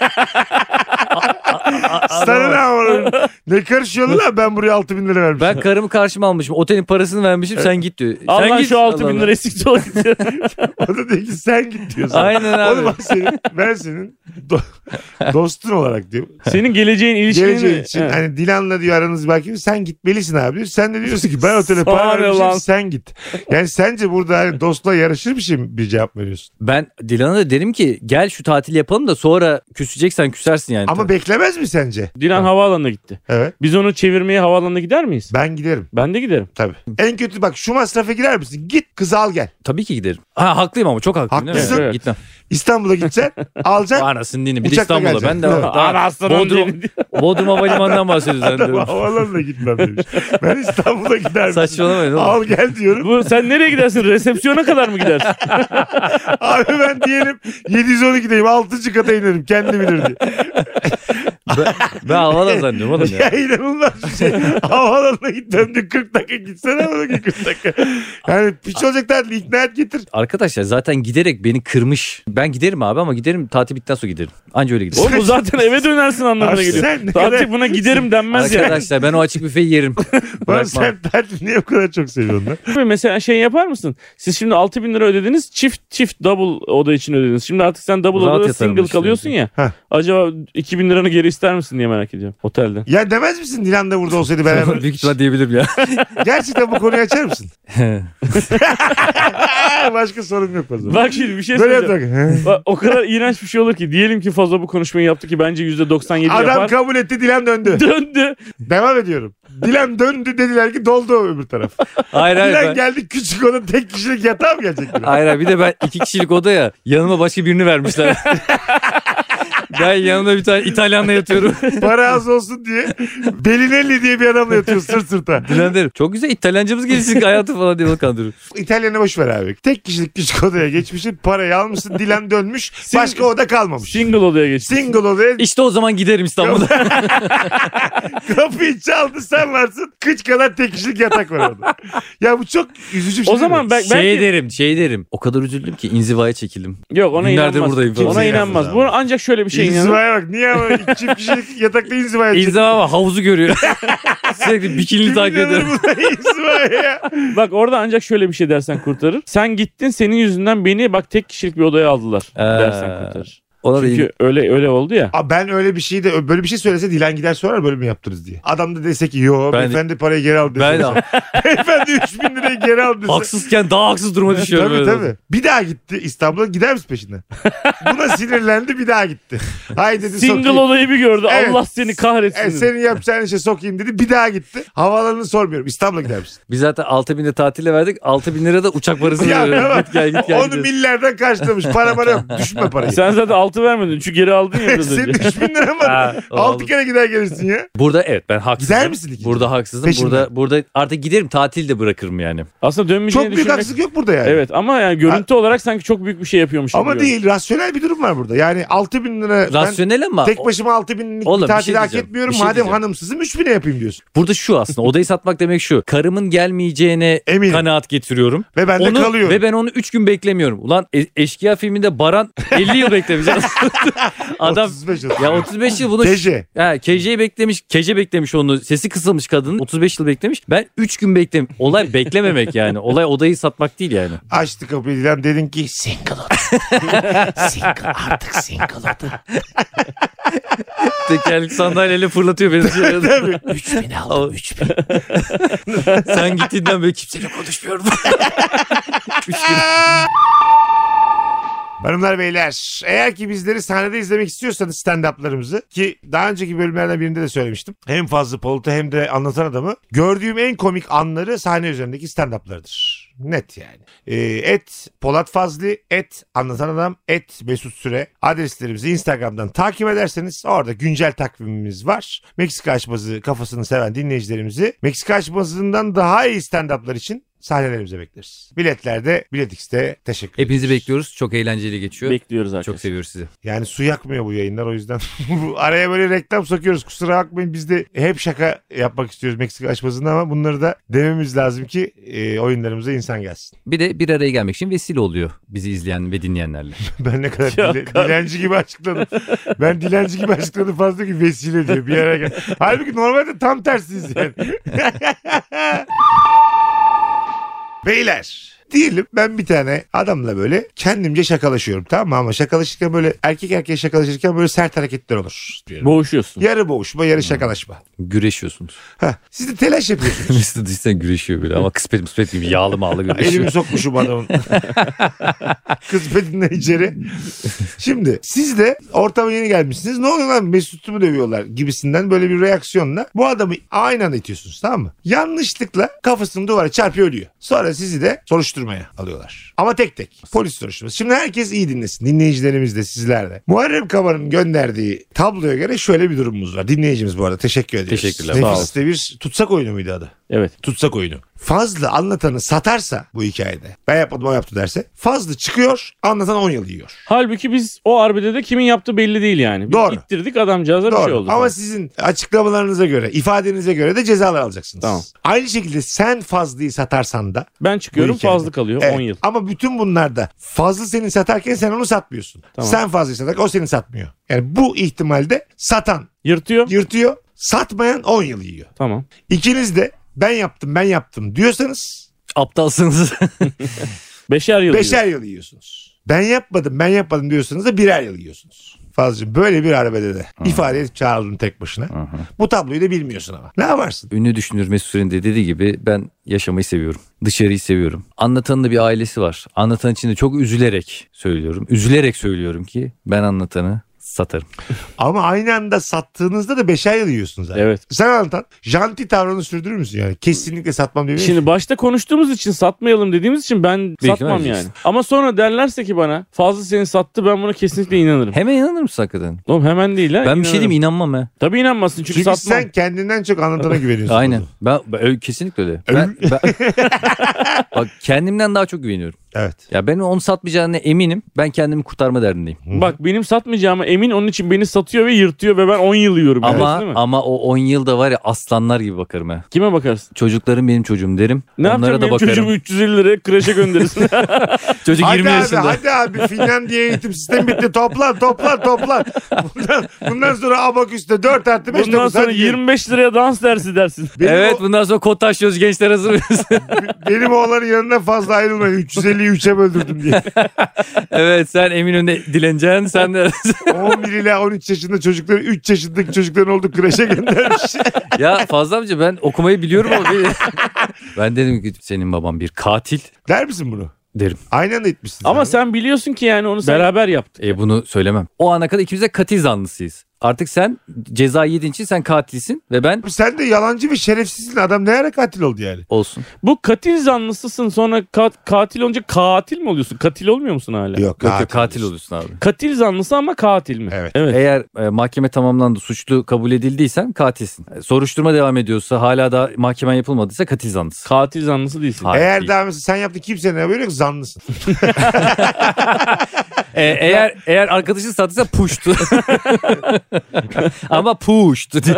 S1: *laughs* sana ne oğlum? Ne karışıyor lan ben buraya 6 bin lira vermişim.
S3: Ben karımı karşıma almışım. Otelin parasını vermişim. Sen git diyor. Sen
S2: Al lan
S3: git.
S2: şu 6 bin
S3: Allah
S2: lira siktir ol git.
S1: O da diyor ki sen git diyor
S3: Allah.
S1: sana.
S3: Aynen
S1: Oğlum
S3: abi.
S1: ben senin, ben senin
S3: *laughs*
S1: do- dostun olarak diyor.
S2: Senin geleceğin ilişkini.
S1: Geleceğin için
S2: Evet.
S1: hani Dilan'la diyor aranız belki sen gitmelisin abi diyor. Sen de diyorsun ki ben otele
S2: Sana ne
S1: para
S2: lan?
S1: vermişim sen git. Yani sence burada hani dostla yarışır bir şey mi bir cevap veriyorsun?
S3: Ben Dilan'a da derim ki gel şu tatili yapalım da sonra küseceksen küsersin yani.
S1: Ama beklemez mi sence?
S2: Dilan havaalanına gitti.
S1: Evet.
S2: Biz onu çevirmeye havaalanına gider miyiz?
S1: Ben giderim
S2: Ben de giderim.
S1: tabii. En kötü bak şu masrafa girer misin? Git kızı al gel.
S3: Tabii ki giderim. Ha haklıyım ama çok haklıyım. değil mi?
S1: Haklısın.
S2: Evet.
S3: Gitmem.
S1: İstanbul'a
S2: *laughs*
S1: gideceksin alacaksın. *laughs*
S3: Anasının dini. Bir de
S1: Uçakla
S3: İstanbul'a.
S1: geleceksin.
S3: Ben de
S1: Evet.
S3: daha Bodrum,
S2: dedi.
S3: Bodrum Havalimanı'ndan bahsediyoruz.
S1: Adam
S3: Yani.
S1: havaalanına gitmem demiş. Ben İstanbul'a gider misin?
S3: Saçmalamayın oğlum.
S1: Al gel diyorum.
S2: Bu, sen nereye gidersin? Resepsiyona kadar mı gidersin?
S1: Abi ben diyelim 712'deyim 6. kata inerim kendi bilir diye.
S3: Ben havadan zannediyorum oğlum
S1: *laughs* Ya
S3: ya.
S1: inanılmaz bir
S3: *laughs*
S1: şey. Havaalanına gitmem diyor 40 dakika gitsene ama 40 dakika. Yani piç olacak tatil ikna et getir.
S3: Arkadaşlar zaten giderek beni kırmış. Ben giderim abi ama giderim tatil bittikten sonra giderim. Anca öyle giderim.
S2: Oğlum bu zaten eve dönersin anlamına
S1: Abi
S2: geliyor.
S1: sen ne kadar,
S2: Artık buna giderim denmez ya.
S3: Arkadaşlar ben o açık büfeyi
S1: *laughs*
S3: yerim.
S1: Ulan
S3: Bırakmam.
S1: sen tatil niye bu kadar çok seviyorsun lan?
S2: Değil mi? Mesela şey yapar mısın? Siz şimdi 6000 lira ödediniz. Çift çift double oda için ödediniz. Şimdi artık sen double
S3: Rahat
S2: odada
S3: yatarım
S2: single
S3: işte.
S2: kalıyorsun ya.
S1: Heh.
S2: Acaba 2000 liranı geri ister misin diye merak ediyorum otelden.
S1: Ya demez misin Dilan da burada olsaydı beraber?
S3: *laughs* *laughs* Büyük ihtimal
S1: *laughs*
S3: diyebilirim ya.
S1: Gerçekten bu konuyu açar mısın? Başka sorun yok o zaman.
S2: Bak şimdi bir şey
S1: Böyle
S2: söyleyeceğim.
S1: yapacak.
S2: Bak, o kadar iğrenç bir şey olur ki. Diyelim ki fazla bu konuşmayı yaptı ki bence %97
S1: Adam
S2: yapar.
S1: kabul etti Dilan döndü.
S2: Döndü.
S1: Devam ediyorum. Dilan döndü dediler ki doldu öbür
S3: *laughs*
S1: taraf.
S3: hayır hayır.
S1: Dilan
S3: ben-
S1: geldi küçük oda tek kişilik yatağa mı gelecek? Dilan?
S3: Hayır hayır. bir de ben iki kişilik oda ya yanıma başka
S1: *laughs*
S3: birini vermişler. ben yanımda bir tane
S1: *laughs*
S3: İtalyanla yatıyorum.
S1: Para az olsun diye. Belinelli diye bir adamla yatıyor sırt sırta.
S3: Dilan derim çok güzel İtalyancamız gelişsin hayatı falan diye
S1: *laughs*
S3: bana kandırır.
S1: İtalyanı boş ver abi. Tek kişilik küçük *laughs* odaya geçmişsin. Parayı almışsın. Dilen dönmüş. Başka oda kalmamış.
S2: Single odaya geçti.
S1: Single *laughs* odaya
S3: İşte o zaman giderim İstanbul'da.
S1: kapıyı çaldı sen varsın. Kıç kadar tek kişilik yatak var orada. Ya bu çok üzücü bir şey.
S2: O zaman ben,
S3: şey
S2: belki...
S3: derim şey derim. O kadar üzüldüm ki inzivaya çekildim.
S2: Yok ona
S3: Günlerdir
S2: inanmaz.
S3: buradayım falan.
S2: Ona
S1: Kimse
S2: inanmaz.
S1: inanmaz
S2: Bunu
S1: abi.
S2: ancak şöyle bir şey inanır.
S1: İnzivaya bak. Niye ama çift kişilik yatakta inzivaya çıktı?
S3: İnziva var
S1: *laughs*
S3: havuzu görüyor. Sürekli bikinili
S1: Kim
S3: takip
S1: inanır
S3: ediyorum.
S1: buna İnzivaya ya.
S2: Bak orada ancak şöyle bir şey dersen kurtarır. Sen gittin senin yüzünden beni bak tek kişilik bir odaya aldılar dersen
S3: Ee,
S2: kurtarır.
S3: Ona da
S2: Çünkü öyle öyle oldu ya.
S1: *laughs* Aa, ben öyle bir şey de böyle bir şey söylese Dilan gider sorar böyle mi yaptınız diye. Adam da dese ki yo
S3: Ben-
S1: beyefendi parayı geri aldı.
S3: ben de
S1: *laughs* beyefendi 3000 lirayı geri aldı. dese.
S3: haksızken daha haksız duruma düşüyorum.
S1: *laughs* Tabii
S3: böyle.
S1: tabii. Bir daha gitti İstanbul'a gider misin
S3: *laughs*
S1: peşinden? Buna sinirlendi bir daha gitti. Hay dedi
S2: Single
S1: sokayım.
S2: odayı bir gördü.
S1: Evet.
S2: Allah seni kahretsin.
S1: E,
S2: dedi.
S1: senin yapacağın işe sokayım dedi. Bir daha gitti. Havaalanını sormuyorum. İstanbul'a gider misin?
S3: Biz zaten 6 bin lira tatile verdik. 6 bin lira da uçak parasını
S1: *laughs* Ya
S3: veriyorum.
S1: tamam.
S3: Git gel git gel.
S1: Onu
S3: gidiyoruz.
S1: millerden karşılamış. Para para yok. Düşme parayı. *laughs*
S2: Sen zaten altı vermedin. Çünkü geri aldın ya biraz
S1: Senin
S2: önce.
S1: 3000 lira
S3: Ha,
S1: mı?
S3: o
S1: Altı
S3: oldu.
S1: kere gider gelirsin ya.
S3: Burada evet ben haksızım.
S1: Gider misin ikinci?
S3: Burada haksızım.
S1: Peşinden.
S3: Burada burada artık giderim tatil de bırakırım yani.
S2: Aslında
S1: Çok
S2: dönmeyeceğini
S1: büyük
S2: düşünmek.
S1: haksızlık yok burada yani.
S2: Evet ama yani görüntü olarak sanki çok büyük bir şey yapıyormuş. gibi
S1: Ama
S2: görünüyor.
S1: değil. Rasyonel bir durum var burada. Yani 6000 lira ben
S3: Rasyonel ama
S1: tek başıma 6000'lik
S3: Oğlum,
S1: bir
S3: bir
S1: tatil
S3: şey
S1: hak
S3: diyeceğim.
S1: etmiyorum.
S3: Bir şey
S1: Madem
S3: diyeceğim.
S1: hanımsızım 3000'e yapayım diyorsun.
S3: burada şu aslında odayı satmak demek şu. Karımın gelmeyeceğine
S1: Eminim.
S3: kanaat getiriyorum.
S1: Ve ben de
S3: onu
S1: kalıyorum. *laughs*
S3: ve ben onu 3 gün beklemiyorum. Ulan e- eşkıya filminde Baran 50 yıl beklemeyecek. Adam
S1: 35
S3: ya 35 yıl bunu
S1: Teşe.
S3: Ha, KJ'yi beklemiş. KJ beklemiş onu. Sesi kısılmış kadının. 35 yıl beklemiş. Ben 3 gün beklemiş. Olay beklememek yani. Olay odayı satmak değil yani.
S1: Açtı kapıyı Dilan dedin ki single ol. single artık single ol.
S3: Tekerlik sandalyeyle fırlatıyor beni. *laughs* dışarı.
S1: 3000
S3: Al.
S1: aldım 3000.
S3: *laughs* Sen gittiğinden beri kimseyle konuşmuyorum. *laughs* Üç gün.
S1: Hanımlar beyler eğer ki bizleri sahnede izlemek istiyorsanız stand-up'larımızı ki daha önceki bölümlerden birinde de söylemiştim. Hem fazla Polat'ı hem de anlatan adamı gördüğüm en komik anları sahne üzerindeki stand-up'larıdır. Net yani. Ee, et Polat Fazlı, et Anlatan Adam, et Mesut Süre adreslerimizi Instagram'dan takip ederseniz orada güncel takvimimiz var. Meksika açmazı kafasını seven dinleyicilerimizi Meksika açmazından daha iyi stand-up'lar için sahnelerimize bekleriz. Biletlerde Bilet X'te teşekkür
S3: Hepinizi bekliyoruz. Çok eğlenceli geçiyor.
S2: Bekliyoruz arkadaşlar.
S3: Çok seviyoruz sizi.
S1: Yani su yakmıyor bu yayınlar o yüzden. *laughs* Bu Araya böyle reklam sokuyoruz kusura bakmayın biz de hep şaka yapmak istiyoruz Meksika açmasında ama bunları da dememiz lazım ki e, oyunlarımıza insan gelsin. *laughs*
S3: Bir de bir araya gelmek için vesile oluyor bizi izleyen ve dinleyenlerle.
S1: Ben ne kadar
S2: Ya
S1: dile-
S2: kardeşim.
S1: dilenci gibi açıkladım. Ben dilenci gibi açıkladım fazla ki vesile diyor bir yere gel. Halbuki normalde tam tersiyiz yani. *laughs* Beyler diyelim ben bir tane adamla böyle kendimce şakalaşıyorum tamam mı? Ama şakalaşırken böyle erkek erkeğe şakalaşırken böyle sert hareketler olur. Diyelim.
S2: Boğuşuyorsun.
S1: Yarı boğuşma, yarı şakalaşma.
S3: Güreşiyorsunuz.
S1: Heh, siz de telaş yapıyorsunuz.
S3: *laughs* Mesut Dişsen güreşiyor böyle ama kısmet kısmet gibi yağlı *laughs* mağlı güreşiyor.
S1: Elimi sokmuşum
S3: *laughs*
S1: adamın. Kısmetinden içeri. Şimdi siz de ortama yeni gelmişsiniz. Ne oluyor lan Mesut'u mu dövüyorlar gibisinden böyle bir reaksiyonla bu adamı aynı anda itiyorsunuz tamam mı? Yanlışlıkla kafasını duvara çarpıyor ölüyor. Sonra sizi de soruşturmaya alıyorlar. Ama tek tek. Polis soruşturması. Şimdi herkes iyi dinlesin. Dinleyicilerimiz de sizler de. Muharrem Kamar'ın gönderdiği tabloya göre şöyle bir durumumuz var. Dinleyicimiz bu arada teşekkür ediyoruz.
S3: Teşekkürler, sağ
S1: Nefis de bir tutsak oyunu muydu adı?
S2: Evet.
S1: tutsak oyunu. Fazlı anlatanı satarsa bu hikayede ben yapmadım o yaptı derse Fazlı çıkıyor anlatan 10 yıl yiyor.
S2: Halbuki biz o arbedede de kimin yaptığı belli değil yani. Biz
S1: Doğru.
S2: ittirdik adamcağıza
S1: Doğru
S2: bir şey oldu.
S1: ama sizin açıklamalarınıza göre ifadenize göre de cezalar alacaksınız.
S2: Tamam.
S1: Aynı şekilde sen Fazlı'yı satarsan da
S2: ben çıkıyorum
S1: Bu hikayede.
S2: fazla kalıyor
S1: Evet.
S2: 10 yıl.
S1: Ama bütün bunlarda Fazlı seni satarken sen onu satmıyorsun.
S2: Tamam.
S1: Sen Fazlı'yı satarken o seni satmıyor. Yani bu ihtimalde satan
S2: Yırtıyor.
S1: yırtıyor satmayan 10 yıl yiyor.
S2: tamam.
S1: İkiniz de ben yaptım ben yaptım diyorsanız
S3: Aptalsınız.
S2: Beşer yıl.
S1: Beşer yıl yiyorsunuz. Ben yapmadım ben yapmadım diyorsanız da birer yıl yiyorsunuz. Fazlacığım böyle bir arbede de ifade edip çağrıldın tek başına. Bu tabloyu da bilmiyorsun ama. Ne yaparsın?
S3: Ünlü düşünür Mesut Süren'in de dediği gibi ben yaşamayı seviyorum. Dışarıyı seviyorum. Anlatanın da bir ailesi var. Anlatan için de çok üzülerek söylüyorum. Üzülerek söylüyorum ki ben anlatanı satarım.
S1: Ama aynı anda sattığınızda da beşer yıl yiyorsunuz. Abi.
S2: Evet.
S1: Sen anlatan janti tavrını sürdürür müsün yani? Kesinlikle satmam şey diyor.
S2: Şimdi başta konuştuğumuz için satmayalım dediğimiz için ben
S3: Büyük
S2: satmam
S3: ihtimalle
S2: yani.
S3: diyeceksin.
S2: Ama sonra derlerse ki bana fazla seni sattı ben buna kesinlikle inanırım.
S3: Hemen inanır mısın hakikaten?
S2: Oğlum hemen değil ha.
S3: Ben bir şey diyeyim inanmam he.
S2: Tabii inanmazsın çünkü,
S1: Çünkü
S2: satmam.
S1: sen kendinden çok
S2: *laughs*
S1: anlatana güveniyorsun.
S3: Aynen.
S1: orada.
S3: Ben, ben- ö- kesinlikle öyle. Ben, ben- bak kendimden daha çok güveniyorum.
S1: Evet.
S3: Ya ben onu satmayacağına eminim. Ben kendimi kurtarma derdindeyim.
S2: Bak benim satmayacağıma emin onun için beni satıyor ve yırtıyor ve ben 10 yıl yiyorum. biliyorsun
S3: Ama
S2: değil mi?
S3: ama o 10 yılda var ya aslanlar gibi bakarım ha.
S2: Kime bakarsın?
S3: Çocuklarım benim çocuğum derim.
S2: Ne
S3: Onlara
S2: yapacağım
S3: da
S2: benim
S3: bakarım.
S2: çocuğumu 350 liraya
S1: *laughs*
S2: kreşe gönderirsin.
S3: Çocuk
S1: Hadi
S3: 20
S1: abi
S3: yaşında.
S1: hadi abi Finlandiya eğitim sistemi bitti. Toplan toplan toplan. Bundan, bundan sonra Abaküs'te 4 artı 5
S2: Bundan sonra 25 liraya dans
S1: *laughs*
S2: dersi dersin.
S3: evet bundan sonra kod taşıyoruz gençler hazır *laughs* mıyız?
S1: Benim oğlanın yanına fazla ayrılmayın. 350'yi 3'e böldürdüm diye.
S3: evet sen Eminönü'nde dileneceksin sen de.
S1: 11 ile 13 yaşında çocukları 3 yaşındaki çocukların olduğu kreşe göndermiş.
S3: ya Fazlı amca ben okumayı biliyorum ama bir- *laughs* ben dedim ki senin baban bir katil
S1: Der misin bunu?
S3: derim.
S1: Aynı anda etmişsin.
S2: Ama sen biliyorsun ki yani onu beraber yaptık.
S3: E bunu söylemem. O ana kadar ikimiz de katil zanlısıyız. Artık sen ceza yediğin için sen katilsin ve ben
S1: Sen de yalancı ve şerefsizsin. Adam ne ara katil oldu yani?
S3: olsun.
S2: Bu katil zanlısısın sonra ka- katil olunca katil mi oluyorsun? Katil olmuyor musun hala?
S3: Katil, katil, oluyorsun abi.
S2: Katil zanlısı ama katil mi?
S1: Evet.
S3: Eğer e, mahkeme tamamlandı, suçlu kabul edildiysen katilsin. E, Soruşturma devam ediyorsa, hala da mahkemen yapılmadıysa katil zanlısı.
S2: Katil zanlısı değilsin.
S3: Hayır,
S1: Eğer
S2: *laughs*
S3: değil.
S1: daha mesela sen yaptın kimsenin haberi yok zanlısın.
S3: E, eğer eğer arkadaşın sattıysa
S1: *laughs*
S3: push'tu. ama push'tu. diye.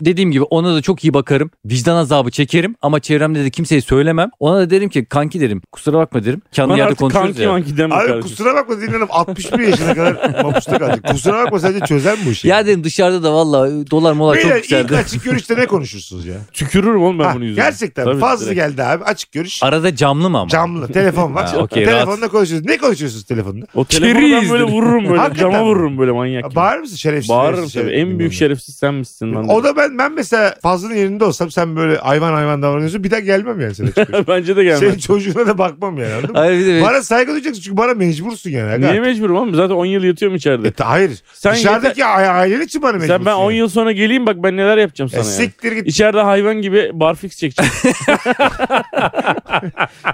S3: Dediğim gibi ona da çok iyi bakarım. Vicdan azabı çekerim ama çevremde de kimseye söylemem. Ona da derim ki kanki derim. Kusura bakma derim. Kendi
S2: Bana
S3: yerde
S2: artık
S3: konuşuyoruz
S2: kanki
S3: ya.
S2: manki deme
S1: Abi
S2: kardeşim.
S1: kusura bakma dinlerim 61 yaşına kadar mapusta kaldık. Kusura bakma sence çözer mi bu işi?
S3: Ya dedim dışarıda da valla dolar molar çok
S1: Beyler ilk
S3: yükseldi.
S1: açık görüşte ne konuşursunuz ya?
S2: Tükürürüm oğlum ben
S1: Ha,
S2: bunu yüzüne.
S1: gerçekten
S2: Tabii,
S1: fazla
S2: direkt.
S1: geldi abi açık görüş.
S3: Arada camlı mı ama?
S1: Camlı telefon
S2: *laughs*
S1: var.
S3: Ha, okey,
S1: Telefonla konuşuyorsunuz. Ne konuşuyorsunuz telefonda?
S2: O telefonu
S3: Keriz
S2: ben böyle
S3: dedi.
S2: vururum böyle.
S1: Hakikaten
S2: Cama
S1: mi?
S2: vururum böyle manyak gibi.
S1: Bağırır mısın şerefsiz?
S2: Bağırırım
S1: şerefsiz,
S2: tabii.
S1: şerefsiz
S2: En büyük şey
S1: bilmem
S2: şerefsiz sen misin lan.
S1: ne. O da ben ben mesela Fazlı'nın yerinde olsam sen böyle hayvan hayvan davranıyorsun bir daha gelmem yani sana
S2: *laughs*
S1: çıkıyor.
S2: Bence de gelmez.
S1: Senin çocuğuna da bakmam yani anladın mı?
S3: Hayır bir de
S1: bana saygı duyacaksın çünkü bana mecbursun yani. aga.
S2: şey- Niye mecburum oğlum? Zaten 10 yıl yatıyorum
S1: E,
S2: içeride.
S1: ta- hayır.
S2: Sen
S1: Dışarıdaki a- ailen için bana *laughs* mecbursun.
S2: Sen ben 10
S1: yani.
S2: yıl sonra geleyim bak ben neler yapacağım
S1: E,
S2: sana yani.
S1: siktir git.
S2: İçeride hayvan gibi barfix
S3: *laughs*
S2: çekeceğim. *laughs*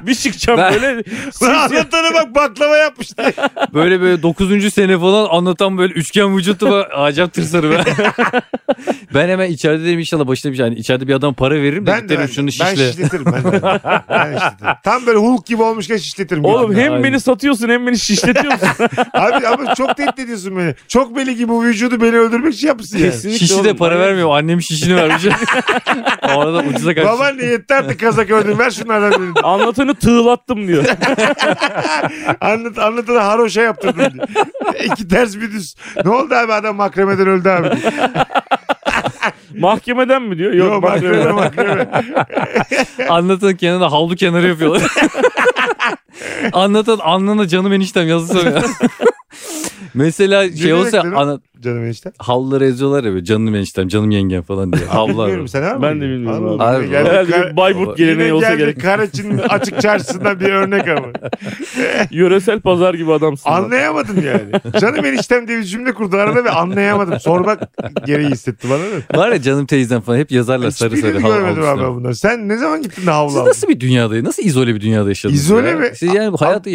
S2: bir çıkacağım
S3: Ben-
S2: böyle.
S1: Lan anlatana bak baklava
S2: *laughs*
S1: yapmış. diye.
S3: Böyle böyle 9. sene falan anlatan böyle üçgen vücutlu ve acayip
S1: *laughs*
S3: tırsarım ben. ben hemen içeride dedim inşallah başına bir şey. Yani içeride bir adam para veririm de
S1: ben de,
S3: git derim
S1: ben, de.
S3: şunu
S1: ben
S3: şişle.
S1: şişletirim. Ben, de. ben şişletirim. Tam böyle Hulk gibi olmuşken şişletirim.
S2: Oğlum
S1: Yani.
S2: hem
S3: Aynen.
S2: beni satıyorsun hem beni
S3: *laughs*
S2: şişletiyorsun.
S1: Abi ama çok tehdit ediyorsun beni. Çok belli gibi bu vücudu beni öldürmek için yapmışsın yani.
S2: Kesinlikle
S3: Şişi de
S2: oğlum,
S3: para
S2: manyak.
S3: vermiyor. Annem
S1: *laughs*
S3: şişini vermiş. o arada ucuza kaçmış.
S1: Baban ne yetti artık kazak öldür ver şunlardan birini.
S2: Anlatanı tığlattım diyor.
S1: Anlat, anlatana haroşa yaptırdım diye. *laughs* İki ters bir düz. Ne oldu abi adam makremeden öldü abi. Yok,
S2: Mahkemeden mi diyor? Yok, mahkemeden.
S1: makreme makreme.
S3: Anlatan kenarına havlu
S1: *laughs*
S3: kenarı yapıyorlar. Anlatan anlana canım eniştem yazdı
S1: *laughs*
S3: sonra. Mesela şey
S1: Cümle
S3: olsa
S1: bekliyorum.
S3: ana,
S1: Canım enişte.
S3: havluları eziyorlar ya böyle canım eniştem canım yengem falan diye. Havlular.
S1: Bilmiyorum sen var mı?
S2: Ben de bilmiyorum
S1: Anladım.
S3: abi. Abi,
S1: Geldik
S2: Herhalde
S1: Kar-
S2: bir Bayburt geleneği
S1: Yine
S2: olsa
S1: geldik
S2: gerek.
S1: Karaçin'in açık çarşısından bir örnek ama.
S2: Yöresel pazar gibi adamsın. lan.
S1: Anlayamadım yani. Canım eniştem diye bir cümle kurdu arada ve anlayamadım. Sormak gereği hissetti bana da.
S3: Var ya canım teyzem falan hep yazarlar sarı sarı
S1: Hiçbirini
S3: havlu.
S1: görmedim abi ben
S3: havlusuna.
S1: bunları. Sen ne zaman gittin de havlu
S3: Siz
S1: aldın?
S3: nasıl bir dünyadayız? Nasıl izole bir dünyada yaşadınız?
S1: İzole
S3: ya?
S1: mi?
S3: Siz yani bu hayatı
S1: Bunu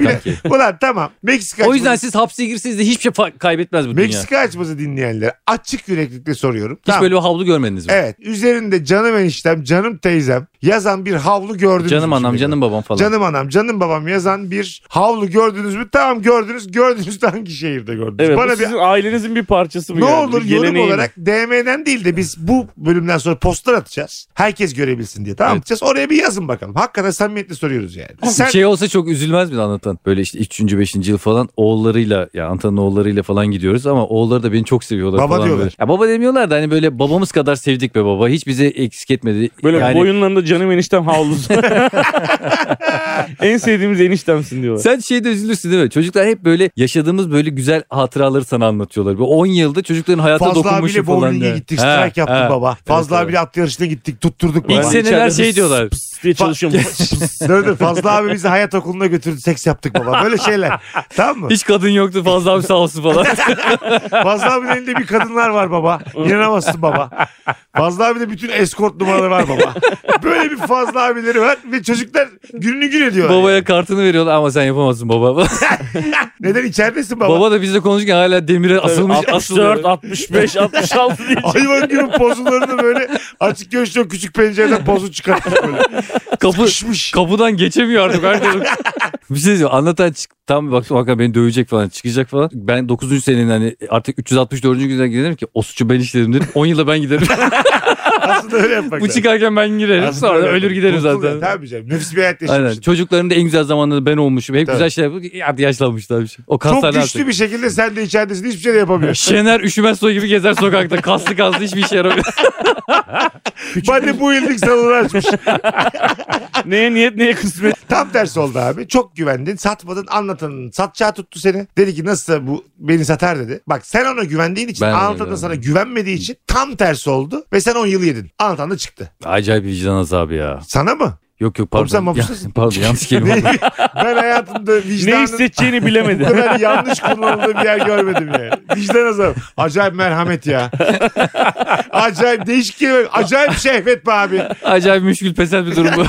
S1: *laughs* bile...
S3: kanki.
S1: Ulan tamam. Meksika
S3: O yüzden
S1: açması-
S3: siz hapse girseniz de hiçbir şey fa- kaybetmez bu dünya. Hiç
S1: Meksika açması dinleyenlere açık yüreklikle soruyorum. tamam.
S3: böyle bir havlu görmediniz mi?
S1: Evet. Üzerinde canım eniştem, canım teyzem yazan bir havlu gördünüz
S3: Canım
S1: mü?
S3: anam,
S1: şimdi?
S3: canım babam falan.
S1: Canım anam, canım babam yazan bir havlu gördünüz mü? Tamam gördünüz. Gördünüz de hangi şehirde gördünüz?
S2: Evet
S1: Bana
S2: bu
S1: bir
S2: sizin ailenizin bir parçası mı
S1: ne
S2: yani?
S1: olur
S2: Bir
S1: yorum
S2: geleneği mi?
S1: olarak DM'den değil de biz bu bölümden sonra poster atacağız. Herkes görebilsin diye tamam mı?
S3: Evet.
S1: atacağız. Oraya bir yazın bakalım. Hakikaten samimiyetle soruyoruz yani. Sen
S3: Şey olsa çok üzülmez mi anlatan? Böyle işte 3. 5. yıl falan oğullarıyla ya Antan'ın oğullarıyla falan gidiyoruz ama oğulları da beni çok seviyorlar
S1: Baba
S3: falan.
S1: diyorlar.
S3: böyle. Ya baba demiyorlar da hani böyle babamız kadar sevdik be baba. Hiç bizi eksik etmedi.
S2: Böyle
S3: yani,
S2: boyunlarında canım eniştem
S1: *laughs*
S2: havlusu. en sevdiğimiz eniştemsin diyorlar.
S3: Sen şeyde üzülürsün değil mi? Çocuklar hep böyle yaşadığımız böyle güzel hatıraları sana anlatıyorlar. Bu 10 yılda çocukların hayata
S1: Fazla
S3: dokunmuşu
S1: abiyle
S3: falan.
S1: bowling'e
S3: diye.
S1: gittik.
S3: He,
S1: strike yaptı
S3: he.
S1: baba. Fazla
S3: evet.
S1: abiyle at yarışına gittik. Tutturduk
S3: İlk
S1: baba. *laughs*
S2: Ben
S3: seneler
S2: içeride
S3: şey
S2: hıs
S3: diyorlar.
S2: pıs diye çalışıyorum.
S1: Dur dur Fazla abi bizi hayat okuluna götürdü seks yaptık baba. Böyle şeyler. tamam
S3: *laughs*
S1: mı?
S3: Hiç kadın yoktu fazla abi sağ
S1: *laughs*
S3: olsun falan.
S1: Fazla abinin elinde bir kadınlar var baba. İnanamazsın baba. Fazla abide bütün eskort numaraları var baba. Böyle bir Fazla abileri var ve çocuklar gününü gün ediyorlar.
S3: Babaya kartını veriyorlar ama sen yapamazsın baba.
S1: Neden içeridesin baba?
S3: baba da bizle konuşurken hala demire asılmış.
S2: 64, 65,
S1: *laughs*
S2: 66 diye.
S1: Hayvan gibi pozularını böyle açık görüşlü o küçük pencereden pozu çıkartmış böyle.
S3: Kapı,
S1: Kışmış.
S3: kapıdan geçemiyor artık. herkes- *laughs* bir şey diyeyim anlatan çık, tam bir baktım hakikaten beni dövecek falan çıkacak falan. Ben 9. senenin hani artık 364. güne giderim ki o suçu ben işledim derim. 10 yılda ben giderim.
S1: Aslında öyle yapmak
S3: Bu
S1: lazım.
S3: çıkarken ben girerim.
S1: Aslında
S3: Sonra
S1: öyle
S3: da
S1: yapmak.
S3: ölür giderim
S1: Kurtul
S3: zaten.
S1: ya, Tabii canım. Nefis bir hayat
S3: Aynen.
S1: yaşamışsın.
S3: Çocuklarında en güzel zamanında ben olmuşum. Hep
S1: Tabii.
S3: güzel şeyler yapıp ya, yaşlanmışlar bir şey. O
S1: Çok
S3: kaslar ne
S1: güçlü bir şekilde sen de içeridesin. Hiçbir şey de yapamıyorsun.
S3: *laughs* Şener üşümez soy gibi gezer sokakta. Kaslı kaslı hiçbir işe yaramıyor.
S1: Body building salonu açmış.
S2: neye niyet neye kısmet.
S1: Tam tersi oldu abi. Çok güvendin. Satmadın. Anlatanın satacağı tuttu seni. Dedi ki nasılsa bu beni satar dedi. Bak sen ona güvendiğin için
S3: Ben ona
S1: anlatan da
S3: güvendim.
S1: sana güvenmediği için tam tersi oldu. Ve sen 10 yıl yedin. Anlatan da çıktı.
S3: *laughs* Acayip vicdan azabı ya.
S1: Sana mı?
S3: Yok yok
S1: Oğlum sen
S3: pardon. Ya,
S1: mahpustasın.
S3: pardon
S1: *laughs*
S3: yanlış kelime.
S1: Ne-
S3: oldu.
S1: ben
S3: *laughs*
S1: hayatımda
S2: ne
S1: vicdanın
S2: hissedeceğini bilemedi.
S1: bu kadar yanlış kullanıldığı bir yer görmedim yani. Vicdan azabı. Acayip merhamet
S3: *laughs*
S1: ya. Acayip değişik kelime. Acayip şehvet be abi.
S3: Acayip müşkül pesel bir *laughs* durum bu.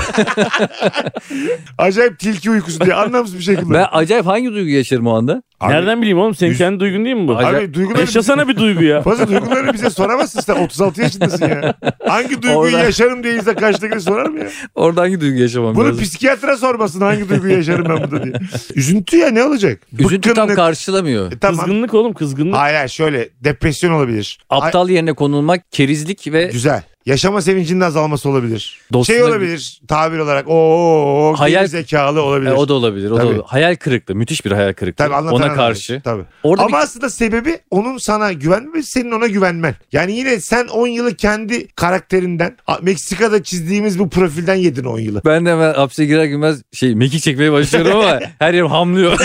S1: Acayip tilki uykusu diye anlamsız bir şekilde.
S3: ben acayip hangi duygu yaşarım o anda?
S1: Abi,
S2: Nereden bileyim oğlum? Senin
S1: yüz-
S2: kendi duygun değil mi bu?
S3: Ay-
S1: Abi duyguları
S2: Yaşasana bir duygu ya.
S1: Fazla duyguları bize soramazsın sen 36 yaşındasın ya. Hangi duyguyu
S3: Orada-
S1: yaşarım diye insan karşıdakine sorar mı ya?
S3: Oradan hangi duygu yaşamam
S1: Bunu
S3: lazım?
S1: psikiyatra sormasın hangi duyguyu yaşarım ben burada diye. Üzüntü ya ne olacak?
S3: Üzüntü tam
S1: Bıkkınlık.
S3: karşılamıyor.
S1: E, tamam.
S2: Kızgınlık oğlum kızgınlık.
S1: Hayır hayır, şöyle depresyon olabilir. Ay,
S3: Aptal yerine konulmak, kerizlik ve
S1: güzel. Yaşama sevincinin azalması olabilir.
S3: Dostuna
S1: şey olabilir tabir olarak o
S3: Hayal-
S1: hayal zekalı olabilir.
S3: E, o da olabilir. O da
S1: Tabii.
S3: olabilir. Hayal kırıklığı, müthiş bir hayal kırıklığı.
S1: Tabii anlatan
S3: Ona
S1: adam.
S3: karşı.
S1: Tabii.
S3: Orada
S1: Ama aslında sebebi onun sana güvenmemesi senin ona güvenmen. Yani yine sen 10 yılı kendi karakterinden A- Meksika'da çizdiğimiz bu profilden yedin 10
S3: *laughs*
S1: yılı.
S3: bir- ben de hemen hapse girer girmez şey mekik çekmeye
S1: *laughs*
S3: başlıyorum ama her yerim hamlıyor.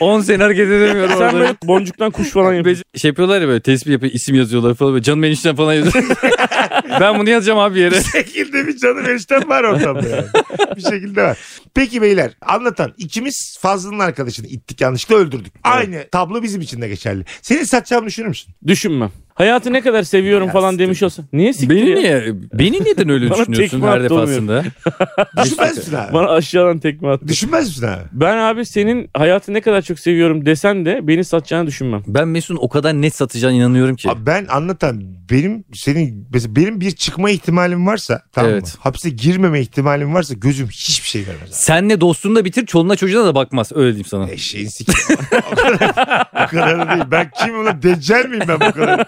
S3: 10 sene hareket edemiyorum
S2: Sen
S3: orada.
S2: böyle boncuktan
S1: *laughs*
S2: kuş falan yapıyorsun.
S3: Be- Şey yapıyorlar ya böyle tespih yapıyor, isim yazıyorlar falan böyle canım enişten falan
S1: *laughs*
S3: yazıyor. ben bunu yazacağım abi yere.
S1: şekilde bir canı verişten var ortamda
S3: *laughs*
S1: yani. bir şekilde var. Peki beyler anlatan ikimiz Fazlı'nın arkadaşını ittik yanlışlıkla öldürdük. Aynı tablo bizim için de geçerli. Seni satacağımı düşünür müsün?
S2: Düşünmem. Hayatı ne kadar seviyorum
S3: Ya
S2: falan
S3: siktir.
S2: demiş olsa. Niye siktir
S3: Beni
S2: ya?
S3: niye? Beni neden öyle
S2: Bana
S3: düşünüyorsun
S2: tekme
S3: her
S2: attı
S1: *laughs*
S2: olmuyor.
S3: defasında?
S1: Düşünmez misin abi?
S2: Bana aşağıdan tekme attı.
S1: Düşünmez misin abi?
S2: Ben abi senin hayatı ne kadar çok seviyorum desen de beni satacağını düşünmem.
S3: Ben Mesut'un o kadar net satacağına inanıyorum ki.
S1: Abi ben anlatan benim senin mesela benim bir çıkma ihtimalim varsa tamam mı?
S3: Evet.
S1: Hapse girmeme ihtimalim varsa gözüm hiçbir şey görmez.
S3: Senle dostunu da bitir, çoluğuna çocuğuna da bakmaz. Öyle diyeyim sana.
S1: abi. Eşeğin siki. *laughs* o kadar, o kadar da değil. Ben kimim ulan? Deccal miyim ben bu kadar?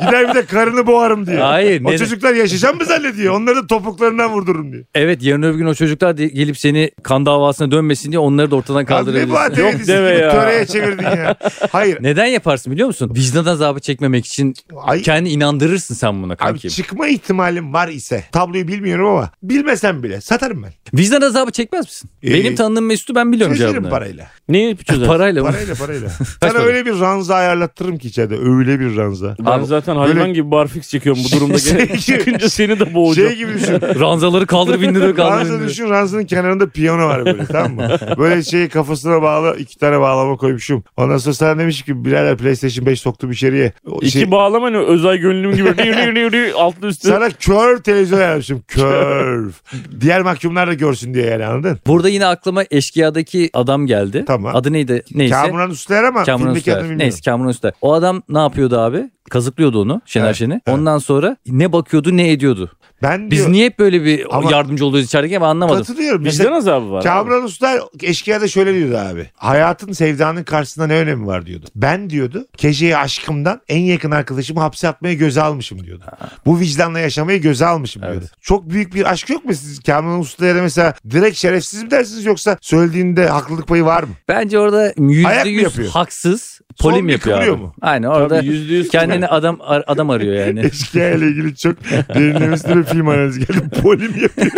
S1: Gider bir de karını boğarım diye.
S3: Hayır.
S1: O
S3: ne-
S1: çocuklar yaşayacak mı zannediyor? Onları da topuklarından vurdururum diyor.
S3: Evet yarın öbür gün o çocuklar de- gelip seni kan davasına dönmesin diye onları da ortadan
S1: Abi ne bu
S3: kaldırabilirsin.
S1: ateşi
S2: Yok
S1: gibi
S2: deme ya.
S1: töreye çevirdin ya. Hayır.
S3: Neden yaparsın biliyor musun? Vicdan azabı çekmemek için
S1: Ay,
S3: kendi inandırırsın sen buna
S1: abi
S3: kanki.
S1: çıkma ihtimalim var ise tabloyu bilmiyorum ama bilmesem bile satarım ben.
S3: Vicdan azabı çekmez misin?
S1: Ee, şey
S3: Benim tanıdığım Mesut'u ben biliyorum
S1: Çözerim
S3: cevabını.
S1: parayla.
S2: Neyi çözer?
S3: Parayla mı?
S1: Parayla
S3: *laughs*
S1: parayla. Sana öyle bir ranza ayarlattırırım ki içeride. Öyle bir ranza.
S2: Ben
S3: Abi- şey-
S2: zaten hayvan
S1: Böyle-
S2: gibi barfix çekiyorum bu durumda. Gene- Çıkınca seni de boğacağım.
S1: Şey gibi
S3: *laughs*
S1: düşün.
S3: Ranzaları kaldırıp indiriyor kaldırıp
S1: Ranza
S3: indiriyor.
S1: düşün ranzanın kenarında piyano var böyle tamam
S3: *laughs*
S1: mı? Böyle şeyi kafasına bağlı iki tane bağlama koymuşum. Ondan sonra sana demiş ki birader PlayStation 5 soktum içeriye. O şey-
S2: İki bağlama ne? Özel gönlüm gibi. Rü, rü, rü, rü, Altlı üstü.
S1: sana kör televizyon
S3: *laughs*
S1: yapmışım. Kör. Diğer mahkumlar da görsün diye yani anladın?
S3: Burada yine aklıma eşkıyadaki adam geldi.
S1: Tamam.
S3: Adı neydi? Neyse.
S1: Kamuran Üstler ama
S3: Kamuran
S1: filmdeki adını
S3: Üster.
S1: bilmiyorum.
S3: Neyse Kamuran Üster. O adam ne yapıyordu abi? Kazıklıyordu onu Şener
S1: Evet,
S3: Şen'i. Ondan sonra ne bakıyordu ne ediyordu.
S1: Ben
S3: Biz
S1: diyor,
S3: niye hep böyle bir
S1: Ama-
S3: yardımcı oluyoruz içerideki ama anlamadım.
S1: katılıyorum. İşte
S2: Vicdan azabı var. abi.
S1: Kamran Usta eşkıyada şöyle diyordu abi. Hayatın sevdanın karşısında ne önemi var diyordu. Ben diyordu Kece'yi aşkımdan en yakın arkadaşımı hapse atmaya göze almışım diyordu. Bu vicdanla yaşamayı göze almışım diyordu. Çok büyük bir aşk yok mu siz Kamran Usta'ya da mesela direkt şerefsiz mi dersiniz yoksa söylediğinde haklılık payı var mı?
S3: Bence orada
S1: Ayak
S3: yüzde
S1: mı
S3: yüz
S1: yapıyor?
S3: haksız
S1: Son
S3: polim
S1: bir
S3: yapıyor
S1: kıvırıyor
S3: abi.
S1: mu?
S3: Aynen
S2: Tabii
S3: orada
S2: yüzde yüz
S3: kendini adam ar-
S1: *laughs*
S3: adam arıyor yani.
S1: Eşkıya ile ilgili çok derinlemesine bir film analizi geldi. *laughs* Polim yapıyor.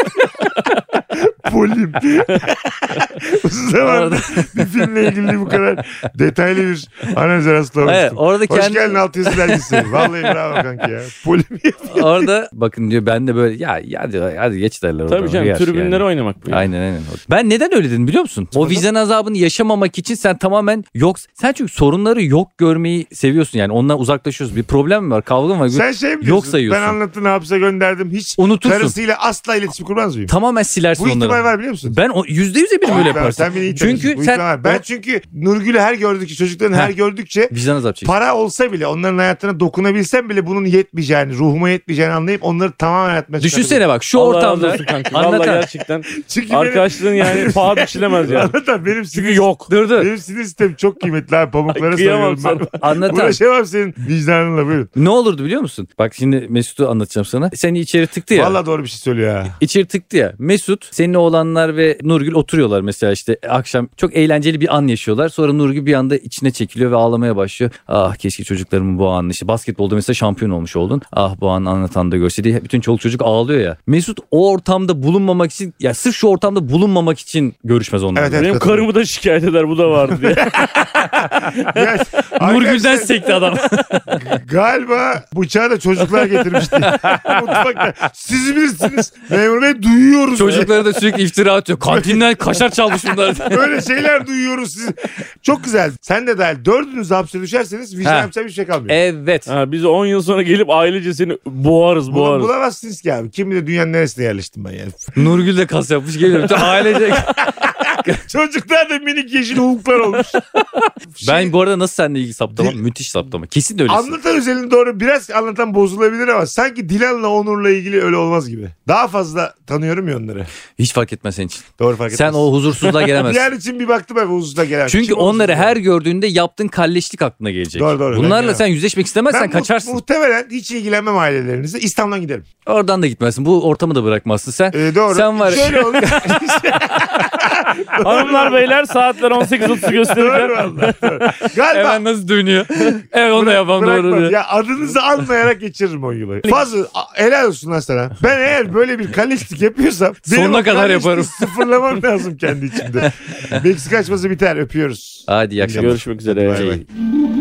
S1: Polim. *laughs* Uzun zamandır bir filmle ilgili bu kadar detaylı bir analize rastlamıştım.
S3: Evet, orada
S1: Hoş
S3: kendi-
S1: geldin Altı Yazı dergisi. Vallahi bravo kanka ya. Polim.
S3: orada bakın diyor ben de böyle ya ya diyor hadi geç derler
S2: Tabii
S3: oradan,
S2: canım
S3: yer
S2: tribünlere
S3: yani.
S2: oynamak bu. ya.
S3: Aynen aynen. Ben neden öyle dedim biliyor musun? O vicdan azabını yaşamamak için sen tamamen yok. Sen çünkü sorunları yok görmeyi seviyorsun yani. Ondan uzaklaşıyorsun. Bir problem mi var? Kavga mı var?
S1: Sen şey mi diyorsun?
S3: Yok sayıyorsun.
S1: Ben anlattığını hapse gönderdim. Hiç
S3: Unutursun.
S1: karısıyla asla iletişim kurmaz mıyım?
S3: Tamamen silersin
S1: Bu
S3: onları.
S1: ihtimal var biliyor musun?
S3: Ben o yüzde yüz eminim öyle
S1: Ben-
S3: yaparsın.
S1: Sen beni iyi tanıyorsun. Bu
S3: çünkü
S1: ihtimal
S3: sen
S1: var. Ben çünkü Nurgül'ü her gördükçe çocukların her
S3: Heh.
S1: gördükçe
S3: vicdan azabı çekiyorsun.
S1: Para olsa bile onların hayatına dokunabilsem bile bunun yetmeyeceğini, ruhuma yetmeyeceğini anlayıp onları tamamen hayatıma
S3: Düşünsene bak şu
S2: Allah razı
S3: ortamda
S2: olsun kanka. Valla
S3: anlatan
S2: gerçekten
S1: çıkartabilirim. Çünkü
S2: arkadaşlığın
S3: *laughs*
S2: yani paha biçilemez
S1: benim,
S2: yani.
S1: anlatan benim
S2: Çünkü
S1: sinir,
S2: yok.
S3: Dur dur.
S1: benim sinir sistemim çok kıymetli abi. Pamuklara
S2: Kıyamam
S1: sarıyorum
S2: sana.
S1: ben.
S3: Anlatan.
S1: *laughs* Uğraşamam senin vicdanınla buyurun.
S3: Ne olurdu biliyor musun? Bak şimdi Mesut'u anlatacağım sana. Seni içeri tıktı ya.
S1: Valla doğru bir şey söylüyor
S3: *laughs*
S1: ha.
S3: İçeri tıktı ya. Mesut, senin oğlanlar ve Nurgül oturuyorlar mesela işte akşam çok eğlenceli bir an yaşıyorlar. Sonra Nurgül bir anda içine çekiliyor ve ağlamaya başlıyor. Ah keşke çocuklarımın bu anını işte basketbolda mesela şampiyon olmuş oldun. Ah bu anı anlatan da görse diye bütün çoluk çocuk ağlıyor ya. Mesut o ortamda bulunmamak için ya sırf şu ortamda bulunmamak için görüşmez onlarla.
S1: Evet, evet.
S2: Benim karımı da şikayet eder bu da vardı diye.
S1: Ya,
S3: Nurgül'den
S1: arkadaşlar,
S3: sekti adam.
S1: Galiba bıçağı da çocuklar getirmişti. Mutfakta. Siz bilirsiniz. Memur Bey duyuyoruz.
S3: Çocuklara da sürekli iftira atıyor. Kantinden kaşar çalmış
S1: *laughs*
S3: bunlar.
S1: Böyle şeyler duyuyoruz siz. Çok güzel. Sen de dahil. Dördünüz hapse düşerseniz vicdan
S3: Ha.
S1: yapacak bir şey kalmıyor.
S3: Evet.
S2: Ha, biz 10 yıl sonra gelip ailece seni boğarız
S1: Bunu
S2: boğarız.
S1: bulamazsınız ki abi. Kim bilir dünyanın neresine yerleştim ben yani.
S3: Nurgül de kas yapmış geliyor. Bütün Ailece
S1: *laughs* Çocuklar da minik yeşil huluklar olmuş.
S3: *laughs* Ben bu arada nasıl seninle ilgili saptama?
S1: Şey- Dil-
S3: Müthiş saptama. Kesin de öylesin.
S1: Anlatan özelini doğru biraz anlatan bozulabilir ama sanki Dilan'la Onur'la ilgili öyle olmaz gibi. Daha fazla tanıyorum ya onları.
S3: Hiç fark etmez senin için.
S1: Doğru fark
S3: Sen
S1: etmez. *laughs*
S3: o huzursuzluğa gelemezsin.
S1: Diğer için bir baktım hep huzurda gelen.
S3: Çünkü
S1: Kim o
S3: onları
S1: huzurda?
S3: her gördüğünde yaptığın kalleşlik aklına gelecek.
S1: Doğru, doğru. Ben
S3: Bunlarla
S1: gelemem.
S3: sen yüzleşmek istemezsen
S1: Ben mu-
S3: kaçarsın.
S1: muhtemelen hiç ilgilenmem ailelerinizle. İstanbul'dan giderim.
S3: Oradan da gitmezsin. Bu ortamı da bırakmazsın
S1: *laughs*
S3: sen.
S1: Ee, doğru.
S3: Sen var ya-
S1: Şöyle olur. *laughs*
S2: Hanımlar beyler saatler
S1: *laughs*
S2: 18.30
S1: doğru
S2: gösterirken
S1: vallahi, doğru. Galiba
S3: Hemen
S1: *laughs*
S3: nasıl dönüyor? evet onu da yapalım
S1: Bırakmam.
S3: doğru. diyor.
S1: Ya adınızı anmayarak geçiririm o yılı. Fazıl a- helal olsun lan sana. Ben eğer böyle bir kalistlik yapıyorsam benim
S3: Sonuna
S1: o
S3: kadar
S1: kalistliği
S3: yaparım.
S1: Sıfırlamam
S3: *laughs*
S1: lazım kendi içimde. Meksika açması biter öpüyoruz.
S3: Hadi iyi akşamlar.
S2: görüşmek üzere.
S1: Bay bay.